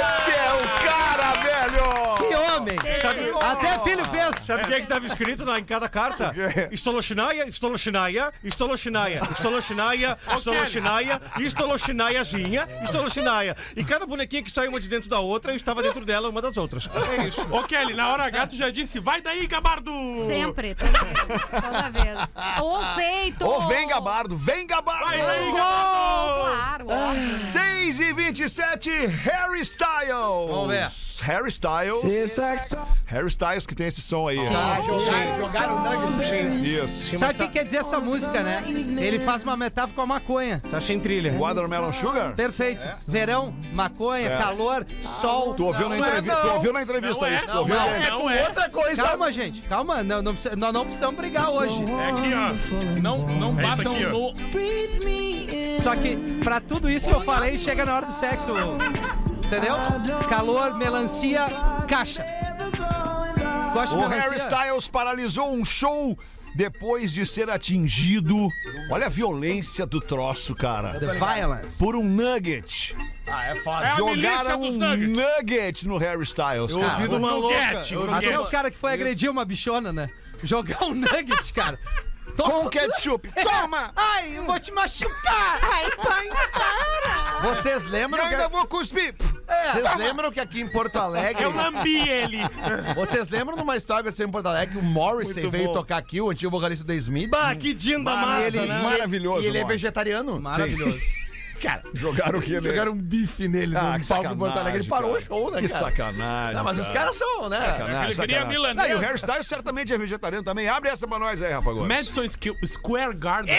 [SPEAKER 4] Esse é o cara, velho!
[SPEAKER 6] Que homem!
[SPEAKER 10] Sabe-
[SPEAKER 6] Até filho fez.
[SPEAKER 7] Sabe o que é que tava escrito lá em cada carta? Estolochinaia, estolochinaia, estolochinaia, estolochinaia, estolochinaia, estolochinaiazinha, estolochinaia. E cada bonequinha que saiu uma de dentro da outra, eu estava dentro dela uma das outras. É isso.
[SPEAKER 10] Ô, Kelly, na hora gato já disse, vai daí, gabardo!
[SPEAKER 9] Sempre, toda vez. Toda vez. Ou feito!
[SPEAKER 4] Ô, vem Gabardo, vem Gabardo!
[SPEAKER 10] Vai, vai,
[SPEAKER 9] Claro, óbvio.
[SPEAKER 4] Ah. 6 e 27, Harry Styles. Vamos
[SPEAKER 6] ver.
[SPEAKER 4] Harry Styles. Harry Styles que tem esse som aí.
[SPEAKER 6] Ah,
[SPEAKER 7] Jogaram nuggets, sim.
[SPEAKER 4] Isso.
[SPEAKER 6] Sabe o que quer dizer essa música, né? Ele faz uma metáfora com a maconha.
[SPEAKER 7] Tá sem trilha.
[SPEAKER 4] Watermelon Sugar?
[SPEAKER 6] Perfeito. Verão, maconha,
[SPEAKER 4] É? Certo.
[SPEAKER 6] calor, sol.
[SPEAKER 4] Tu ouviu na entrevista? Tu ouviu na entrevista isso? Tu ouviu?
[SPEAKER 6] não.
[SPEAKER 4] na-
[SPEAKER 8] Não é.
[SPEAKER 5] Outra coisa.
[SPEAKER 6] Calma, gente. Calma, não, não precisa- nós não precisamos brigar hoje.
[SPEAKER 10] É aqui, ó.
[SPEAKER 8] Não, não
[SPEAKER 10] É isso
[SPEAKER 8] batam
[SPEAKER 10] aqui, ó.
[SPEAKER 8] no.
[SPEAKER 6] Só que pra tudo isso que eu falei, chega na hora do sexo. Entendeu? Calor, melancia, caixa. Gosto de
[SPEAKER 4] O Harry
[SPEAKER 6] melancia.
[SPEAKER 4] Styles paralisou um show depois de ser atingido. Olha a violência do troço, cara.
[SPEAKER 6] The Violence.
[SPEAKER 4] Por um nugget.
[SPEAKER 8] É a milícia
[SPEAKER 4] Jogaram
[SPEAKER 8] dos
[SPEAKER 4] um
[SPEAKER 8] nuggets.
[SPEAKER 4] nugget no Harry Styles,
[SPEAKER 7] Eu ouvi
[SPEAKER 4] cara.
[SPEAKER 7] de uma louca.
[SPEAKER 10] Guguete,
[SPEAKER 7] Eu ouvi de
[SPEAKER 6] Até
[SPEAKER 7] uma-
[SPEAKER 6] o cara que foi agredir uma bichona, né? Jogar um nugget, cara.
[SPEAKER 4] Com
[SPEAKER 6] Toma.
[SPEAKER 4] ketchup. Toma!
[SPEAKER 6] Ai, eu vou te machucar! Ai, pai!
[SPEAKER 5] Vocês
[SPEAKER 4] E
[SPEAKER 5] lembram
[SPEAKER 4] ainda
[SPEAKER 5] que, É,
[SPEAKER 4] vou cuspir.
[SPEAKER 5] vocês lembram que aqui em Porto Alegre.
[SPEAKER 10] Eu lambi ele.
[SPEAKER 5] Vocês lembram de uma história que aconteceu em Porto Alegre que o Morrissey
[SPEAKER 7] Muito
[SPEAKER 5] veio
[SPEAKER 7] bom.
[SPEAKER 5] tocar aqui, o antigo vocalista da Smith?
[SPEAKER 7] Bah, que dinda
[SPEAKER 5] E
[SPEAKER 7] massa,
[SPEAKER 5] ele,
[SPEAKER 7] né?
[SPEAKER 4] Maravilhoso,
[SPEAKER 5] E ele é
[SPEAKER 4] Morrissey.
[SPEAKER 5] vegetariano.
[SPEAKER 6] Maravilhoso.
[SPEAKER 5] Cara,
[SPEAKER 4] Jogaram o que nele?
[SPEAKER 5] jogaram um bife nele
[SPEAKER 4] Ah,
[SPEAKER 5] no
[SPEAKER 4] que
[SPEAKER 5] palco em Porto
[SPEAKER 4] sacanagem,
[SPEAKER 5] Alegre. Ele parou
[SPEAKER 4] cara.
[SPEAKER 5] o show, né,
[SPEAKER 4] Que
[SPEAKER 5] cara?
[SPEAKER 6] Ah,
[SPEAKER 4] sacanagem.
[SPEAKER 5] Não, mas os caras são, né?
[SPEAKER 4] Sacanagem,
[SPEAKER 8] Ele queria
[SPEAKER 4] sacanagem.
[SPEAKER 8] milanesa.
[SPEAKER 4] Não, e o Harry Styles certamente é vegetariano também. Abre essa pra nós aí, Rafa Gomes.
[SPEAKER 10] Madison Squ- Square Garden.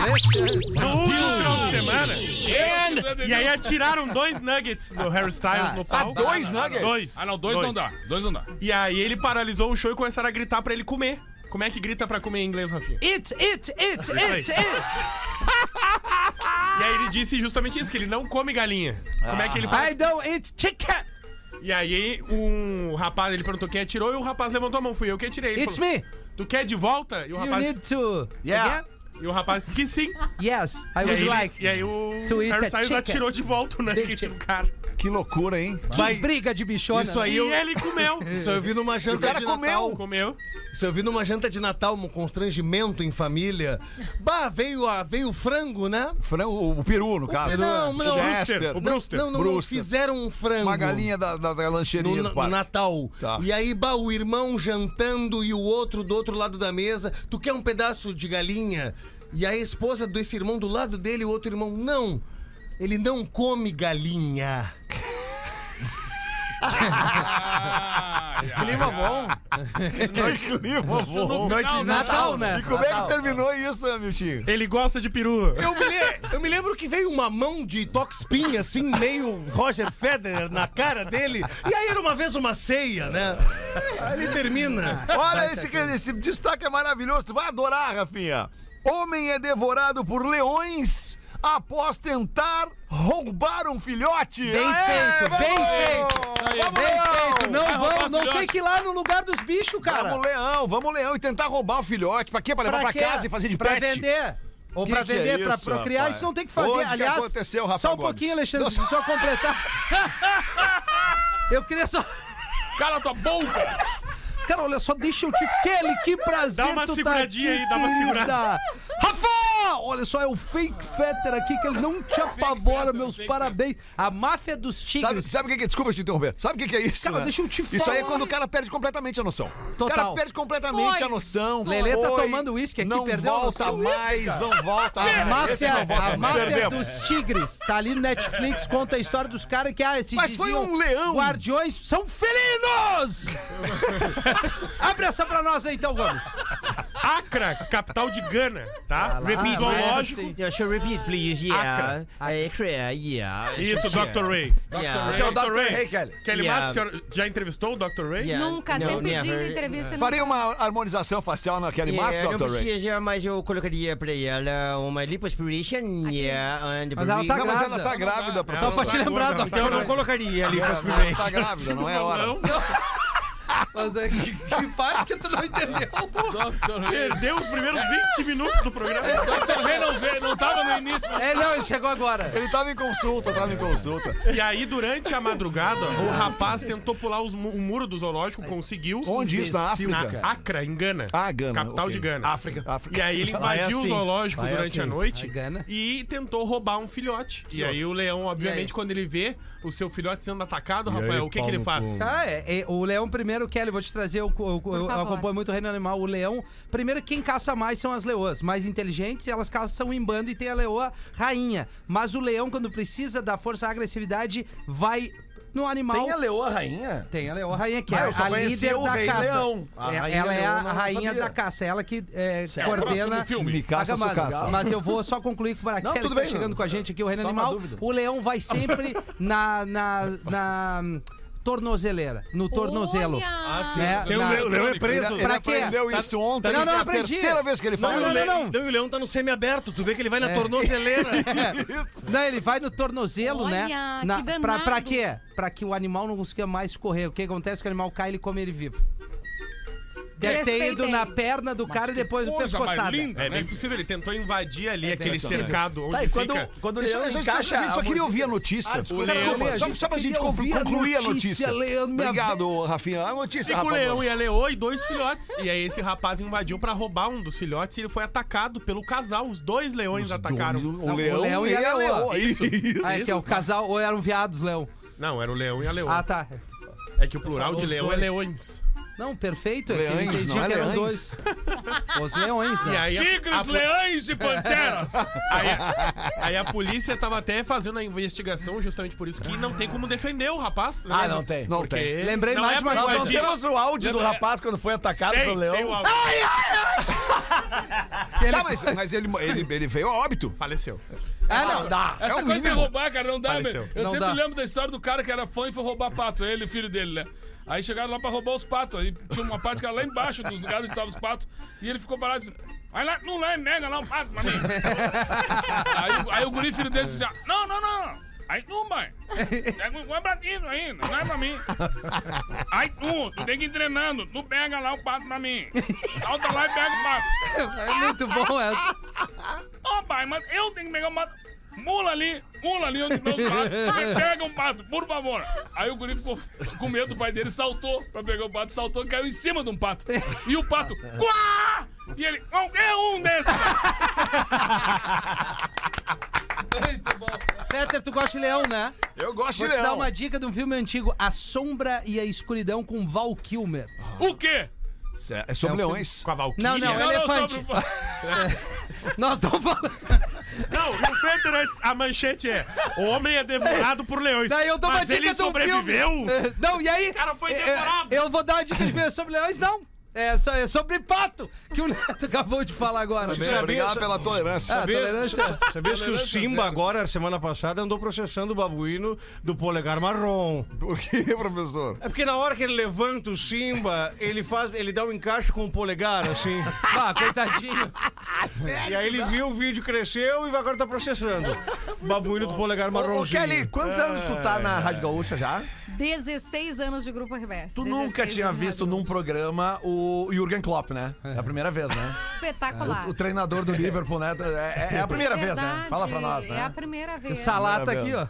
[SPEAKER 10] No último final de semana.
[SPEAKER 8] é
[SPEAKER 10] E aí atiraram dois nuggets do Harry Styles
[SPEAKER 6] Ah,
[SPEAKER 10] no
[SPEAKER 6] ah,
[SPEAKER 10] palco.
[SPEAKER 4] tá dois né? nuggets?
[SPEAKER 10] Dois.
[SPEAKER 8] Ah, não, dois, não dá. Dois não dá.
[SPEAKER 10] E aí ele paralisou o show e começaram a gritar pra ele comer. Como é que grita pra comer em inglês, Rafinha?
[SPEAKER 6] It, it, it, it, it!
[SPEAKER 10] E aí ele disse justamente isso, que ele não come galinha. Como é que ele faz?
[SPEAKER 6] I don't eat chicken!
[SPEAKER 10] E aí um rapaz, ele perguntou quem atirou e o rapaz levantou a mão. Fui eu que atirei. Ele
[SPEAKER 6] It's
[SPEAKER 10] falou,
[SPEAKER 6] me!
[SPEAKER 10] Tu quer de volta? E o
[SPEAKER 6] You
[SPEAKER 10] rapaz,
[SPEAKER 6] need to.
[SPEAKER 5] Yeah.
[SPEAKER 6] Again?
[SPEAKER 10] e o rapaz disse que sim.
[SPEAKER 6] Yes, I
[SPEAKER 10] E aí,
[SPEAKER 6] would
[SPEAKER 10] ele-
[SPEAKER 6] like.
[SPEAKER 10] e aí o
[SPEAKER 6] to eat
[SPEAKER 10] Harry
[SPEAKER 6] a
[SPEAKER 10] Styles
[SPEAKER 6] chicken.
[SPEAKER 10] atirou de volta né? o nugget no um cara.
[SPEAKER 4] Que loucura, hein?
[SPEAKER 7] Vai,
[SPEAKER 6] Briga de bichona. né?
[SPEAKER 7] Isso aí
[SPEAKER 10] E
[SPEAKER 7] eu-
[SPEAKER 10] ele comeu.
[SPEAKER 7] Isso eu vi numa janta
[SPEAKER 4] é. cara
[SPEAKER 7] de Natal.
[SPEAKER 4] comeu.
[SPEAKER 10] Comeu.
[SPEAKER 7] Isso eu vi numa janta de Natal, um constrangimento em família. Bah, veio a veio o frango, né?
[SPEAKER 4] Frango, o, o peru, no caso.
[SPEAKER 5] é.
[SPEAKER 7] não, não.
[SPEAKER 4] Chester.
[SPEAKER 10] O Brewster.
[SPEAKER 7] Não, não, não
[SPEAKER 4] Brewster.
[SPEAKER 7] fizeram um frango.
[SPEAKER 4] Uma galinha da, da, da
[SPEAKER 7] No,
[SPEAKER 4] lancheirinha
[SPEAKER 7] na-
[SPEAKER 4] do parque.
[SPEAKER 7] Natal.
[SPEAKER 4] Tá.
[SPEAKER 7] E aí, bah, o irmão jantando e o outro do outro lado da mesa. Tu quer um pedaço de galinha? E a esposa desse irmão do lado dele, o outro irmão, não. Ele não come galinha.
[SPEAKER 8] Ah,
[SPEAKER 6] Clima bom.
[SPEAKER 4] Que clima,
[SPEAKER 8] Isso no
[SPEAKER 6] Noite
[SPEAKER 8] final
[SPEAKER 6] de Natal, né?
[SPEAKER 4] E como é que terminou isso, Miltinho?
[SPEAKER 10] Ele gosta de peru.
[SPEAKER 7] Eu me, le- eu me lembro que veio uma mão de Toxpin, assim, meio Roger Federer na cara dele. E aí era uma vez uma ceia, né? Aí ele termina.
[SPEAKER 4] Olha, esse, esse destaque é maravilhoso. Tu vai adorar, Rafinha. Homem é devorado por leões após tentar roubar um filhote.
[SPEAKER 6] Bem
[SPEAKER 4] Aê,
[SPEAKER 6] feito,
[SPEAKER 4] vamos!
[SPEAKER 6] bem feito.
[SPEAKER 8] Isso aí.
[SPEAKER 4] Vamos,
[SPEAKER 6] Bem
[SPEAKER 4] Leão!
[SPEAKER 6] feito. Não
[SPEAKER 8] Vai roubar
[SPEAKER 6] vamos, não
[SPEAKER 8] filhote.
[SPEAKER 6] tem que ir lá no lugar dos bichos, cara.
[SPEAKER 4] Vamos, leão, vamos, leão, e tentar roubar o filhote. Pra quê? Pra levar pra,
[SPEAKER 6] quê?
[SPEAKER 4] casa e fazer de
[SPEAKER 6] pra
[SPEAKER 4] pet?
[SPEAKER 6] vender. Ou
[SPEAKER 4] Que
[SPEAKER 6] pra
[SPEAKER 4] que é
[SPEAKER 6] vender, pra
[SPEAKER 4] isso,
[SPEAKER 6] procriar,
[SPEAKER 4] rapaz?
[SPEAKER 6] isso não tem que fazer.
[SPEAKER 4] Onde que
[SPEAKER 6] Aliás,
[SPEAKER 4] aconteceu, Rafa
[SPEAKER 6] só um
[SPEAKER 4] Gomes?
[SPEAKER 6] pouquinho, Alexandre,
[SPEAKER 4] Nossa.
[SPEAKER 6] deixa eu só completar. Eu queria só.
[SPEAKER 8] Cala tua boca!
[SPEAKER 6] Cara, olha só, deixa eu te. Kelly, que prazer,
[SPEAKER 10] Dá uma
[SPEAKER 6] tu tá aqui,
[SPEAKER 10] seguradinha aí, dá uma segurada.
[SPEAKER 6] Rafa! Olha só, é o fake fetter aqui que ele não te apavora,
[SPEAKER 8] Fetter,
[SPEAKER 6] meus
[SPEAKER 8] fake
[SPEAKER 6] parabéns. A máfia dos
[SPEAKER 4] Sabe,
[SPEAKER 6] tigres.
[SPEAKER 4] sabe o que que é? Desculpa te interromper. Sabe o que que é isso?
[SPEAKER 6] Cara,
[SPEAKER 4] né?
[SPEAKER 6] deixa eu te falar.
[SPEAKER 4] Isso aí é quando o cara perde completamente a noção. O cara
[SPEAKER 6] Total.
[SPEAKER 4] perde completamente
[SPEAKER 9] Foi.
[SPEAKER 4] a noção.
[SPEAKER 6] Lelê tá
[SPEAKER 4] foi,
[SPEAKER 6] tomando uísque aqui,
[SPEAKER 4] não
[SPEAKER 6] perdeu a
[SPEAKER 4] volta
[SPEAKER 6] noção.
[SPEAKER 4] mais, não volta mais.
[SPEAKER 6] A
[SPEAKER 4] Esse
[SPEAKER 6] máfia,
[SPEAKER 4] não volta
[SPEAKER 6] a
[SPEAKER 4] mais.
[SPEAKER 6] máfia
[SPEAKER 4] Perdemos.
[SPEAKER 6] dos tigres. Tá ali no Netflix, conta a história dos caras que ah, se
[SPEAKER 4] Mas foi
[SPEAKER 6] diziam
[SPEAKER 4] um leão.
[SPEAKER 6] Guardiões são felinos! Abre essa pra nós aí, então, Gomes.
[SPEAKER 10] Acra, capital de Gana, tá?
[SPEAKER 6] Ah,
[SPEAKER 10] Repito, zoológico.
[SPEAKER 6] mas assim,
[SPEAKER 11] Yeah, sure, repeat, please. Yeah. Ah, é
[SPEAKER 10] Acra.
[SPEAKER 11] Acra, yeah.
[SPEAKER 7] É
[SPEAKER 10] Isso, Dr. Ray.
[SPEAKER 11] Yeah.
[SPEAKER 5] Esse é o
[SPEAKER 10] Dr.
[SPEAKER 5] Dr.
[SPEAKER 10] Ray.
[SPEAKER 5] Ray, Kelly.
[SPEAKER 10] Kelly
[SPEAKER 11] Yeah.
[SPEAKER 10] Matos, senhor já entrevistou o Dr. Ray?
[SPEAKER 11] Yeah.
[SPEAKER 9] Nunca,
[SPEAKER 11] No,
[SPEAKER 9] sempre pedindo
[SPEAKER 11] never.
[SPEAKER 9] entrevista.
[SPEAKER 4] Faria um uma harmonização facial naquele
[SPEAKER 11] Yeah,
[SPEAKER 4] máximo,
[SPEAKER 11] não
[SPEAKER 4] Dr. Ray?
[SPEAKER 11] precisa, mas eu colocaria pra ela uma lipoaspiration. Yeah, and
[SPEAKER 6] Mas ela tá
[SPEAKER 11] breathe.
[SPEAKER 4] Não, mas ela tá
[SPEAKER 6] grávida.
[SPEAKER 4] grávida,
[SPEAKER 6] Só
[SPEAKER 4] professor.
[SPEAKER 6] pra te lembrar,
[SPEAKER 10] Então
[SPEAKER 6] Dr.
[SPEAKER 11] Então eu não
[SPEAKER 6] Ray.
[SPEAKER 11] colocaria
[SPEAKER 4] Ela
[SPEAKER 11] lipoaspiration.
[SPEAKER 4] tá grávida, não é hora.
[SPEAKER 6] Mas é que, que parte que tu não entendeu, pô.
[SPEAKER 8] Dr. Ray.
[SPEAKER 10] Perdeu os primeiros 20 minutos do programa.
[SPEAKER 8] Dr. Ray não veio, não tava no início.
[SPEAKER 6] É, não, ele chegou agora.
[SPEAKER 4] Ele tava em consulta, tava em consulta.
[SPEAKER 10] E aí, durante a madrugada, o rapaz tentou pular os mu- o muro do zoológico, conseguiu.
[SPEAKER 4] Onde isso? Na
[SPEAKER 10] Na
[SPEAKER 4] África?
[SPEAKER 10] Acra, em Gana.
[SPEAKER 4] Ah, Gana,
[SPEAKER 10] Capital
[SPEAKER 4] ok.
[SPEAKER 10] de Gana.
[SPEAKER 4] África. África.
[SPEAKER 10] E aí ele
[SPEAKER 5] Lá é
[SPEAKER 10] invadiu
[SPEAKER 5] assim.
[SPEAKER 10] o zoológico
[SPEAKER 5] Lá é
[SPEAKER 10] durante a
[SPEAKER 5] assim.
[SPEAKER 10] noite
[SPEAKER 6] Ai, Gana.
[SPEAKER 10] e tentou roubar um filhote. E aí o leão,
[SPEAKER 6] E aí?
[SPEAKER 10] obviamente, quando ele vê o seu filhote sendo atacado, Rafael, o que, que ele faz?
[SPEAKER 6] Ah, é, é, o leão primeiro, Kelly, vou te trazer, eu, eu, eu
[SPEAKER 9] favor.
[SPEAKER 6] acompanho muito o reino animal, o leão, primeiro quem caça mais são as leoas, mais inteligentes, elas caçam em bando e tem a leoa rainha, mas o leão quando precisa da força, a agressividade, vai no animal...
[SPEAKER 5] Tem a leoa rainha?
[SPEAKER 6] Tem a leoa rainha, que
[SPEAKER 5] Ah,
[SPEAKER 6] é
[SPEAKER 5] eu só
[SPEAKER 6] a
[SPEAKER 5] conhecia
[SPEAKER 6] líder
[SPEAKER 5] o
[SPEAKER 6] da
[SPEAKER 5] Rei
[SPEAKER 6] caça.
[SPEAKER 5] Leão. A
[SPEAKER 6] É,
[SPEAKER 5] Rainha
[SPEAKER 6] ela é
[SPEAKER 5] Leão
[SPEAKER 6] a
[SPEAKER 5] eu não
[SPEAKER 6] rainha
[SPEAKER 5] sabia.
[SPEAKER 6] da caça, ela que é,
[SPEAKER 8] Próximo
[SPEAKER 6] coordena...
[SPEAKER 8] filme.
[SPEAKER 4] Me caça,
[SPEAKER 6] a
[SPEAKER 4] sou
[SPEAKER 6] camada.
[SPEAKER 4] caça.
[SPEAKER 6] Mas eu vou só concluir que para
[SPEAKER 5] Não,
[SPEAKER 6] Kelly
[SPEAKER 5] tudo
[SPEAKER 6] que tá
[SPEAKER 5] bem,
[SPEAKER 6] chegando
[SPEAKER 5] não,
[SPEAKER 6] com a gente aqui, o Reino
[SPEAKER 5] só uma
[SPEAKER 6] Animal,
[SPEAKER 5] dúvida.
[SPEAKER 6] o leão vai sempre na, na, na hum, tornozeleira, no tornozelo.
[SPEAKER 9] Ah, sim.
[SPEAKER 6] Né?
[SPEAKER 7] Tem o
[SPEAKER 6] Na-
[SPEAKER 7] leão- o leão é preso.
[SPEAKER 4] Ele
[SPEAKER 6] Pra quê?
[SPEAKER 4] aprendeu isso ontem.
[SPEAKER 6] Não, não,
[SPEAKER 4] é a
[SPEAKER 6] aprendi.
[SPEAKER 4] terceira vez que ele
[SPEAKER 6] Não,
[SPEAKER 4] fala.
[SPEAKER 6] não,
[SPEAKER 7] e o
[SPEAKER 6] não,
[SPEAKER 7] le-
[SPEAKER 6] não.
[SPEAKER 7] e o leão tá no semi-aberto. Tu vê que ele vai na
[SPEAKER 6] É.
[SPEAKER 7] tornozeleira.
[SPEAKER 10] né?
[SPEAKER 6] Não, ele vai no tornozelo,
[SPEAKER 9] Olha,
[SPEAKER 6] né?
[SPEAKER 9] que danado.
[SPEAKER 6] pra, pra quê? Pra que o animal não consiga mais correr. O que acontece é que o animal cai e ele come ele vivo. Deve ter ido
[SPEAKER 9] Respeitei.
[SPEAKER 6] na perna do cara e depois no
[SPEAKER 8] Coisa mais
[SPEAKER 6] pescoçado.
[SPEAKER 8] linda,
[SPEAKER 10] É
[SPEAKER 8] né?
[SPEAKER 10] bem possível, ele tentou invadir
[SPEAKER 6] É
[SPEAKER 10] ali
[SPEAKER 6] bem
[SPEAKER 10] aquele
[SPEAKER 6] possível.
[SPEAKER 10] cercado onde
[SPEAKER 5] Tá, e quando,
[SPEAKER 10] fica.
[SPEAKER 5] quando o
[SPEAKER 4] Deixa-
[SPEAKER 5] leão
[SPEAKER 4] deixa-
[SPEAKER 5] encaixa...
[SPEAKER 4] a gente só
[SPEAKER 5] a
[SPEAKER 4] queria
[SPEAKER 5] mordida-
[SPEAKER 4] ouvir a notícia.
[SPEAKER 10] desculpa,
[SPEAKER 4] Cara,
[SPEAKER 10] Leandro,
[SPEAKER 4] desculpa,
[SPEAKER 6] a
[SPEAKER 4] só,
[SPEAKER 6] gente
[SPEAKER 4] só pra gente
[SPEAKER 6] queria
[SPEAKER 4] conclu-
[SPEAKER 6] ouvir a
[SPEAKER 4] concluir a
[SPEAKER 6] notícia,
[SPEAKER 4] notícia.
[SPEAKER 6] Leandro, minha
[SPEAKER 4] Obrigado, Rafinha. A notícia,
[SPEAKER 10] Fica o
[SPEAKER 4] Rafa.
[SPEAKER 10] leão e a leoa e dois filhotes. E aí esse rapaz invadiu pra roubar um dos filhotes e ele foi atacado pelo casal. Os dois leões atacaram.
[SPEAKER 4] O
[SPEAKER 6] Não,
[SPEAKER 4] leão, e a leoa. Isso.
[SPEAKER 6] Ah, é que é o casal, ou eram viados, leão.
[SPEAKER 10] Não, era o leão e a leoa.
[SPEAKER 6] Ah, tá.
[SPEAKER 10] É que o plural
[SPEAKER 6] Falou
[SPEAKER 10] de
[SPEAKER 6] os
[SPEAKER 10] leão é
[SPEAKER 6] dois.
[SPEAKER 10] leões.
[SPEAKER 6] Não, perfeito. É que eu
[SPEAKER 4] Leões,
[SPEAKER 6] entendi
[SPEAKER 4] não é
[SPEAKER 6] que eram
[SPEAKER 4] leões.
[SPEAKER 6] dois. Os leões, né?
[SPEAKER 10] E aí a-
[SPEAKER 8] Tigres,
[SPEAKER 10] a-
[SPEAKER 8] leões e panteras.
[SPEAKER 10] Aí, aí a polícia tava até fazendo a investigação justamente por isso que não tem como defender o rapaz. né?
[SPEAKER 5] Ah,
[SPEAKER 10] lembra?
[SPEAKER 5] não tem.
[SPEAKER 4] Não
[SPEAKER 10] Porque
[SPEAKER 4] tem.
[SPEAKER 6] Lembrei mais
[SPEAKER 10] é
[SPEAKER 6] uma
[SPEAKER 10] pra
[SPEAKER 5] Nós não
[SPEAKER 6] coisa.
[SPEAKER 10] invadir.
[SPEAKER 5] temos o áudio do
[SPEAKER 8] Lembra-
[SPEAKER 5] rapaz quando foi atacado
[SPEAKER 10] Tem,
[SPEAKER 5] pelo
[SPEAKER 10] tem um o
[SPEAKER 5] leão.
[SPEAKER 10] áudio.
[SPEAKER 6] Ele-
[SPEAKER 4] Tá, mas, mas ele, ele, ele veio a óbito.
[SPEAKER 10] Faleceu.
[SPEAKER 6] Ah, não.
[SPEAKER 5] dá.
[SPEAKER 8] Essa
[SPEAKER 4] o
[SPEAKER 8] coisa de
[SPEAKER 4] mínimo.
[SPEAKER 8] roubar, cara, não dá,
[SPEAKER 10] Faleceu.
[SPEAKER 8] meu. Eu
[SPEAKER 6] Não
[SPEAKER 8] sempre
[SPEAKER 6] dá.
[SPEAKER 8] lembro da história do cara que era fã e foi roubar pato. Ele, e o filho dele, né? Aí chegaram lá pra roubar os patos. Aí tinha uma parte que era lá embaixo dos lugares onde estavam os patos. E ele ficou parado assim. Vai lá, não lá e nega lá um pato pra mim. aí, aí o guri filho dele disse: ah, Não, não, não. Aí tu, mãe. Pega um é pra ti ainda, não é pra mim. Aí tu, tu tem que ir treinando. Tu pega lá o pato pra mim. Salta lá e pega o pato.
[SPEAKER 6] É muito bom essa.
[SPEAKER 8] Ó, pai, mas eu tenho que pegar um pato. Mula ali, mula ali onde meus patos. Me pega um pato, por favor. Aí o guri ficou com medo, o pai dele saltou pra pegar o pato, saltou e caiu em cima de um pato. E o pato, quá! E ele, qualquer um desses.
[SPEAKER 6] Muito bom. Peter, tu gosta de leão, né?
[SPEAKER 4] Eu gosto
[SPEAKER 6] Vou
[SPEAKER 4] de
[SPEAKER 6] te dar
[SPEAKER 4] leão.
[SPEAKER 6] uma dica de um filme antigo, A Sombra e a Escuridão, com Val Kilmer.
[SPEAKER 8] O quê?
[SPEAKER 4] É sobre
[SPEAKER 6] É um
[SPEAKER 4] leões.
[SPEAKER 10] Com a Valkyria.
[SPEAKER 6] Não, não, É um elefante.
[SPEAKER 8] sobre o-
[SPEAKER 6] Nós estamos falando...
[SPEAKER 10] Não, no Fetter antes, a manchete é: o homem é devorado por leões.
[SPEAKER 6] Daí eu dou uma
[SPEAKER 10] mas
[SPEAKER 6] dica
[SPEAKER 10] ele
[SPEAKER 6] do
[SPEAKER 10] sobreviveu?
[SPEAKER 6] filme. É, Não, e aí?
[SPEAKER 10] cara foi
[SPEAKER 6] é,
[SPEAKER 10] devorado.
[SPEAKER 6] é, Eu vou dar uma dica de filme sobre leões, não. É, so- é sobre pato, que o Neto acabou de falar agora.
[SPEAKER 4] Bem, Obrigado pela tolerância.
[SPEAKER 5] É.
[SPEAKER 6] Ah, tolerância.
[SPEAKER 7] Sabes que o Simba, agora, semana passada, andou processando o babuíno do polegar marrom.
[SPEAKER 4] Por quê, professor?
[SPEAKER 7] É porque na hora que ele levanta o Simba, ele faz, ele dá um encaixe com o polegar, assim.
[SPEAKER 6] Ah, coitadinho.
[SPEAKER 7] e aí ele viu o vídeo, cresceu e agora tá processando. Babuíno do
[SPEAKER 5] Ô,
[SPEAKER 7] polegar
[SPEAKER 5] ô,
[SPEAKER 7] marronzinho.
[SPEAKER 5] Kelly, quantos anos tu tá na Rádio Gaúcha já?
[SPEAKER 9] 16 anos de Grupo Reverso.
[SPEAKER 5] Tu nunca
[SPEAKER 9] 16
[SPEAKER 5] tinha
[SPEAKER 9] anos de
[SPEAKER 5] visto
[SPEAKER 9] Rádio
[SPEAKER 5] num programa o Jürgen Klopp, né? É a primeira vez, né?
[SPEAKER 4] É,
[SPEAKER 9] Espetacular.
[SPEAKER 5] O treinador do Liverpool, né? É, é- é a primeira vez, né?
[SPEAKER 9] Verdade,
[SPEAKER 5] Fala pra nós,
[SPEAKER 9] É a
[SPEAKER 5] né?
[SPEAKER 9] primeira vez.
[SPEAKER 6] Salata aqui, ó.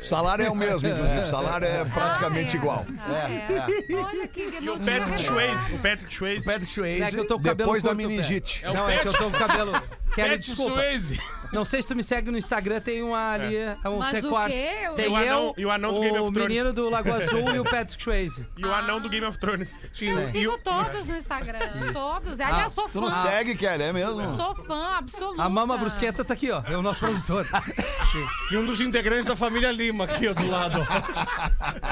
[SPEAKER 4] Salário é o mesmo, inclusive. Salário é
[SPEAKER 9] Ah,
[SPEAKER 4] praticamente
[SPEAKER 9] é.
[SPEAKER 4] igual.
[SPEAKER 9] Ah, é. Olha que que não
[SPEAKER 10] O
[SPEAKER 9] tinha reparado.
[SPEAKER 10] Patrick Swayze, o Patrick Swayze.
[SPEAKER 5] Patrick Swayze.
[SPEAKER 6] É que eu tô com o cabelo
[SPEAKER 4] Depois da
[SPEAKER 6] curto,
[SPEAKER 4] meningite.
[SPEAKER 6] Pé. Não, é que eu tô com o cabelo... Kelly,
[SPEAKER 8] Pet
[SPEAKER 6] desculpa.
[SPEAKER 8] Sueze.
[SPEAKER 6] Não sei se tu me segue no Instagram, tem uma ali, é uns
[SPEAKER 9] Mas o
[SPEAKER 6] recortes.
[SPEAKER 9] quê? Eu-
[SPEAKER 6] Tem
[SPEAKER 10] E o anão-
[SPEAKER 6] eu,
[SPEAKER 10] e o anão do Game of
[SPEAKER 6] o
[SPEAKER 10] Thrones.
[SPEAKER 6] menino do Lago Azul e o Patrick Swayze.
[SPEAKER 10] E o anão do Game of Thrones.
[SPEAKER 9] Eu sigo todos no Instagram. Todos. Aliás, sou
[SPEAKER 4] Tu não
[SPEAKER 9] fã.
[SPEAKER 4] segue, Kelly, é mesmo?
[SPEAKER 9] Sou fã absoluta.
[SPEAKER 6] A Mama Brusqueta tá aqui, ó. É o nosso produtor.
[SPEAKER 7] E um dos integrantes da família Lima aqui, ó, do lado.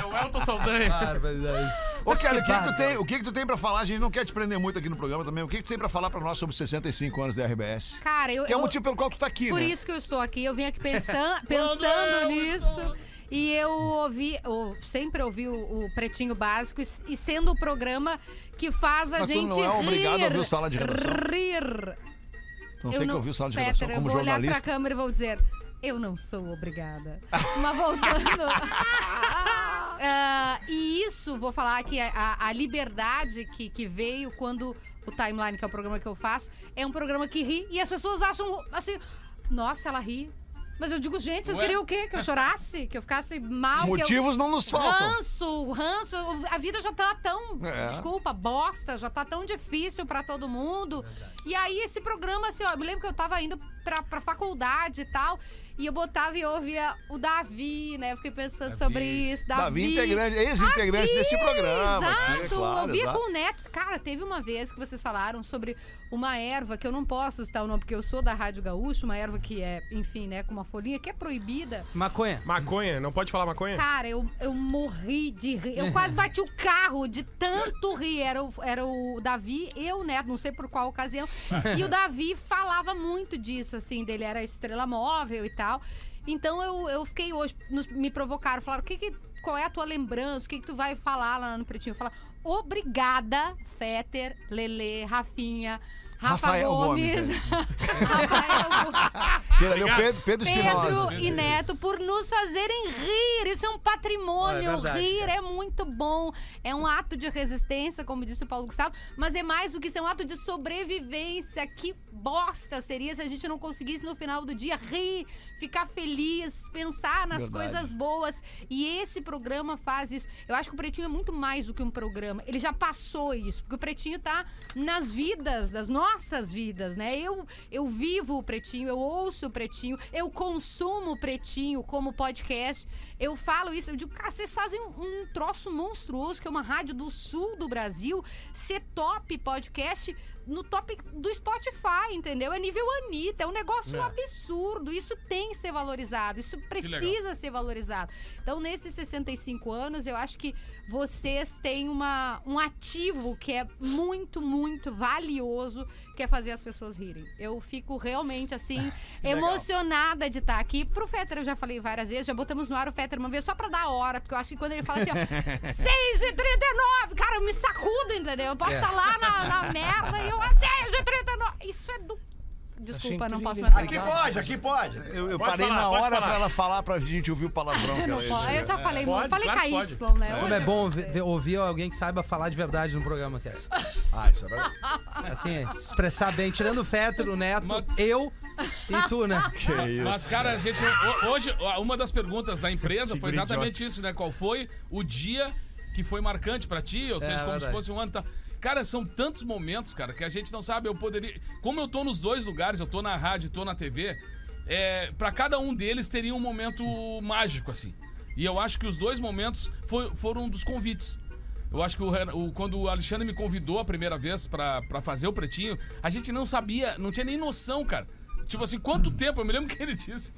[SPEAKER 10] É o Elton Saldanha.
[SPEAKER 6] Ah, mas aí-
[SPEAKER 4] Ô, Kelly, o que, que tu
[SPEAKER 6] barba.
[SPEAKER 4] tem, o que, que tu tem pra falar? A gente não quer te prender muito aqui no programa também. O que, que tu tem pra falar pra nós sobre os 65 anos da RBS?
[SPEAKER 9] Cara, eu.
[SPEAKER 4] Que é o
[SPEAKER 9] eu-
[SPEAKER 4] motivo pelo qual tu tá aqui,
[SPEAKER 9] Por
[SPEAKER 4] né?
[SPEAKER 9] isso que eu estou aqui. Eu vim aqui pensan- pensando nisso. E eu ouvi, eu sempre ouvi o, o Pretinho Básico e, e sendo o programa que faz a
[SPEAKER 4] Mas tu
[SPEAKER 9] gente
[SPEAKER 4] não é obrigado a
[SPEAKER 9] rir,
[SPEAKER 4] ouvir o Sala de Redação?
[SPEAKER 9] Rir.
[SPEAKER 4] Tu não
[SPEAKER 9] Eu
[SPEAKER 4] Então tem que ouvir o sala de
[SPEAKER 9] Petra,
[SPEAKER 4] redação como
[SPEAKER 9] eu vou olhar
[SPEAKER 4] jornalista.
[SPEAKER 9] pra câmera e vou dizer, eu não sou obrigada. Mas voltando... Ah, e isso, vou falar que a- a, a liberdade que, que veio quando o Timeline, que é o programa que eu faço, é um programa que ri e as pessoas acham assim, nossa, ela ri. Mas eu digo, gente, vocês
[SPEAKER 8] Ué?
[SPEAKER 9] queriam o quê? Que eu chorasse? Que eu ficasse mal? que eu-
[SPEAKER 4] Motivos não nos faltam.
[SPEAKER 9] Ranço, ranço. A vida já tá tão.
[SPEAKER 4] É.
[SPEAKER 9] Desculpa, bosta, já tá tão difícil pra todo mundo. E aí, esse programa, assim, ó, eu me lembro que eu tava indo pra, pra faculdade e tal. E eu botava e eu ouvia o Davi, né? Eu fiquei pensando sobre isso.
[SPEAKER 4] Davi,
[SPEAKER 9] Davi,
[SPEAKER 4] integrante, ex-integrante deste programa. aqui,
[SPEAKER 9] Exato!
[SPEAKER 4] é claro,
[SPEAKER 9] eu via
[SPEAKER 4] exato.
[SPEAKER 9] com o Neto. Cara, teve uma vez que vocês falaram sobre uma erva que eu não posso citar o nome, porque eu sou da Rádio Gaúcho, uma erva que é, enfim, né, com uma folhinha que é proibida.
[SPEAKER 6] Maconha.
[SPEAKER 10] Maconha, não pode falar maconha?
[SPEAKER 9] Cara, eu, eu morri de rir. Eu quase bati o carro de tanto rir. Era o, era o Davi, eu, né? Não sei por qual ocasião. E o Davi falava muito disso, assim, dele era estrela móvel e tal. Então eu, eu fiquei hoje, nos- me provocaram, falaram: o que que- qual é a tua lembrança? O que, que tu vai falar lá no Pretinho? Eu falar, obrigada, Fetter, Lele, Rafinha. Rafa
[SPEAKER 4] Rafael
[SPEAKER 9] Gomes.
[SPEAKER 4] Gomes,
[SPEAKER 9] Rafael Gomes.
[SPEAKER 4] Ele ali é o Pedro, Pedro Espinosa. né?
[SPEAKER 9] Pedro e Neto por nos fazerem rir. Isso é um patrimônio.
[SPEAKER 6] É verdade,
[SPEAKER 9] rir é muito bom. É um ato de resistência, como disse o Paulo Gustavo, mas é mais do que isso, é um ato de sobrevivência. Que bosta seria se a gente não conseguisse no final do dia rir, ficar feliz, pensar nas
[SPEAKER 4] Verdade.
[SPEAKER 9] coisas boas. E esse programa faz isso. Eu acho que o Pretinho é muito mais do que um programa. Ele já passou isso, porque o Pretinho tá nas vidas, das nossas vidas, né? Eu, eu vivo o Pretinho, eu ouço o Pretinho, eu consumo o Pretinho como podcast. Eu falo isso, eu digo, cara, vocês fazem um, um troço monstruoso, que é uma rádio do sul do Brasil, ser top podcast no top do Spotify, entendeu? É nível Anitta, é um negócio absurdo. Isso tem que ser valorizado, isso precisa ser valorizado. Então, nesses 65 anos, eu acho que vocês têm uma, um ativo que é muito, muito valioso, que é fazer as pessoas rirem. Eu fico realmente, assim, emocionada de estar aqui. Pro Fetter, eu já falei várias vezes, já botamos no ar o Fetter uma vez só pra dar a hora, porque eu acho que quando ele fala assim, ó, 6h39, cara, eu me sacudo, entendeu? Eu posso
[SPEAKER 6] É.
[SPEAKER 9] estar lá na, na merda e eu, "Ah, 6h39. Isso é do. Desculpa, não posso mais
[SPEAKER 5] Aqui
[SPEAKER 9] falar.
[SPEAKER 5] pode, aqui pode.
[SPEAKER 4] Eu, eu
[SPEAKER 10] Pode
[SPEAKER 4] parei
[SPEAKER 10] falar,
[SPEAKER 4] na
[SPEAKER 10] pode
[SPEAKER 4] hora
[SPEAKER 10] falar.
[SPEAKER 4] pra ela falar pra gente ouvir o palavrão. que ela
[SPEAKER 9] Eu, Ah, não
[SPEAKER 4] ia
[SPEAKER 9] posso.
[SPEAKER 4] dizer.
[SPEAKER 9] eu já falei
[SPEAKER 10] Pode,
[SPEAKER 9] muito. Falei
[SPEAKER 10] claro que
[SPEAKER 9] KY, né? Hoje
[SPEAKER 6] Como é
[SPEAKER 9] eu
[SPEAKER 6] bom
[SPEAKER 9] gostei.
[SPEAKER 6] ver- ouvir alguém que saiba falar de verdade no programa, cara.
[SPEAKER 5] Ah, isso é verdade.
[SPEAKER 6] Assim, se expressar bem, tirando o Fetter, o Neto,
[SPEAKER 8] Mas-
[SPEAKER 6] eu e tu, né?
[SPEAKER 8] Mas, cara, a gente. ho- Hoje, uma das perguntas da empresa foi exatamente isso, né? Qual foi o dia que foi marcante pra ti? Ou seja, como se
[SPEAKER 6] verdade.
[SPEAKER 8] fosse um ano. e tal. Cara, são tantos momentos, cara, que a gente não sabe. Eu poderia. Como eu tô nos dois lugares, eu tô na rádio e tô na TV, é, para cada um deles teria um momento mágico, assim. E eu acho que os dois momentos foi- foram um dos convites. Eu acho que o, Ren- o- quando o Alexandre me convidou a primeira vez pra pra fazer o Pretinho, a gente não sabia, não tinha nem noção, cara, Tipo assim, quanto tempo? Eu me lembro que ele disse.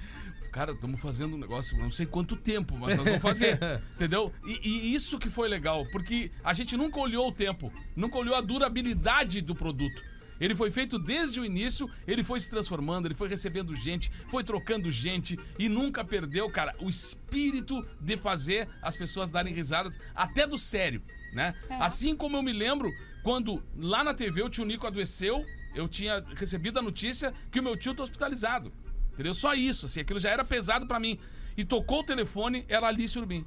[SPEAKER 8] Cara, estamos fazendo um negócio, não sei quanto tempo, mas nós vamos fazer. entendeu? E, e isso que foi legal, porque a gente nunca olhou o tempo, nunca olhou a durabilidade do produto. Ele foi feito desde o início, ele foi se transformando, ele foi recebendo gente, foi trocando gente e nunca perdeu, cara, o espírito de fazer as pessoas darem risadas, até do sério, né? Assim como eu me lembro quando lá na TV o tio Nico adoeceu, eu tinha recebido a notícia que o meu tio tá hospitalizado. Entendeu? Só isso, assim, aquilo já era pesado pra mim. E tocou o telefone, era a Alice Urbim.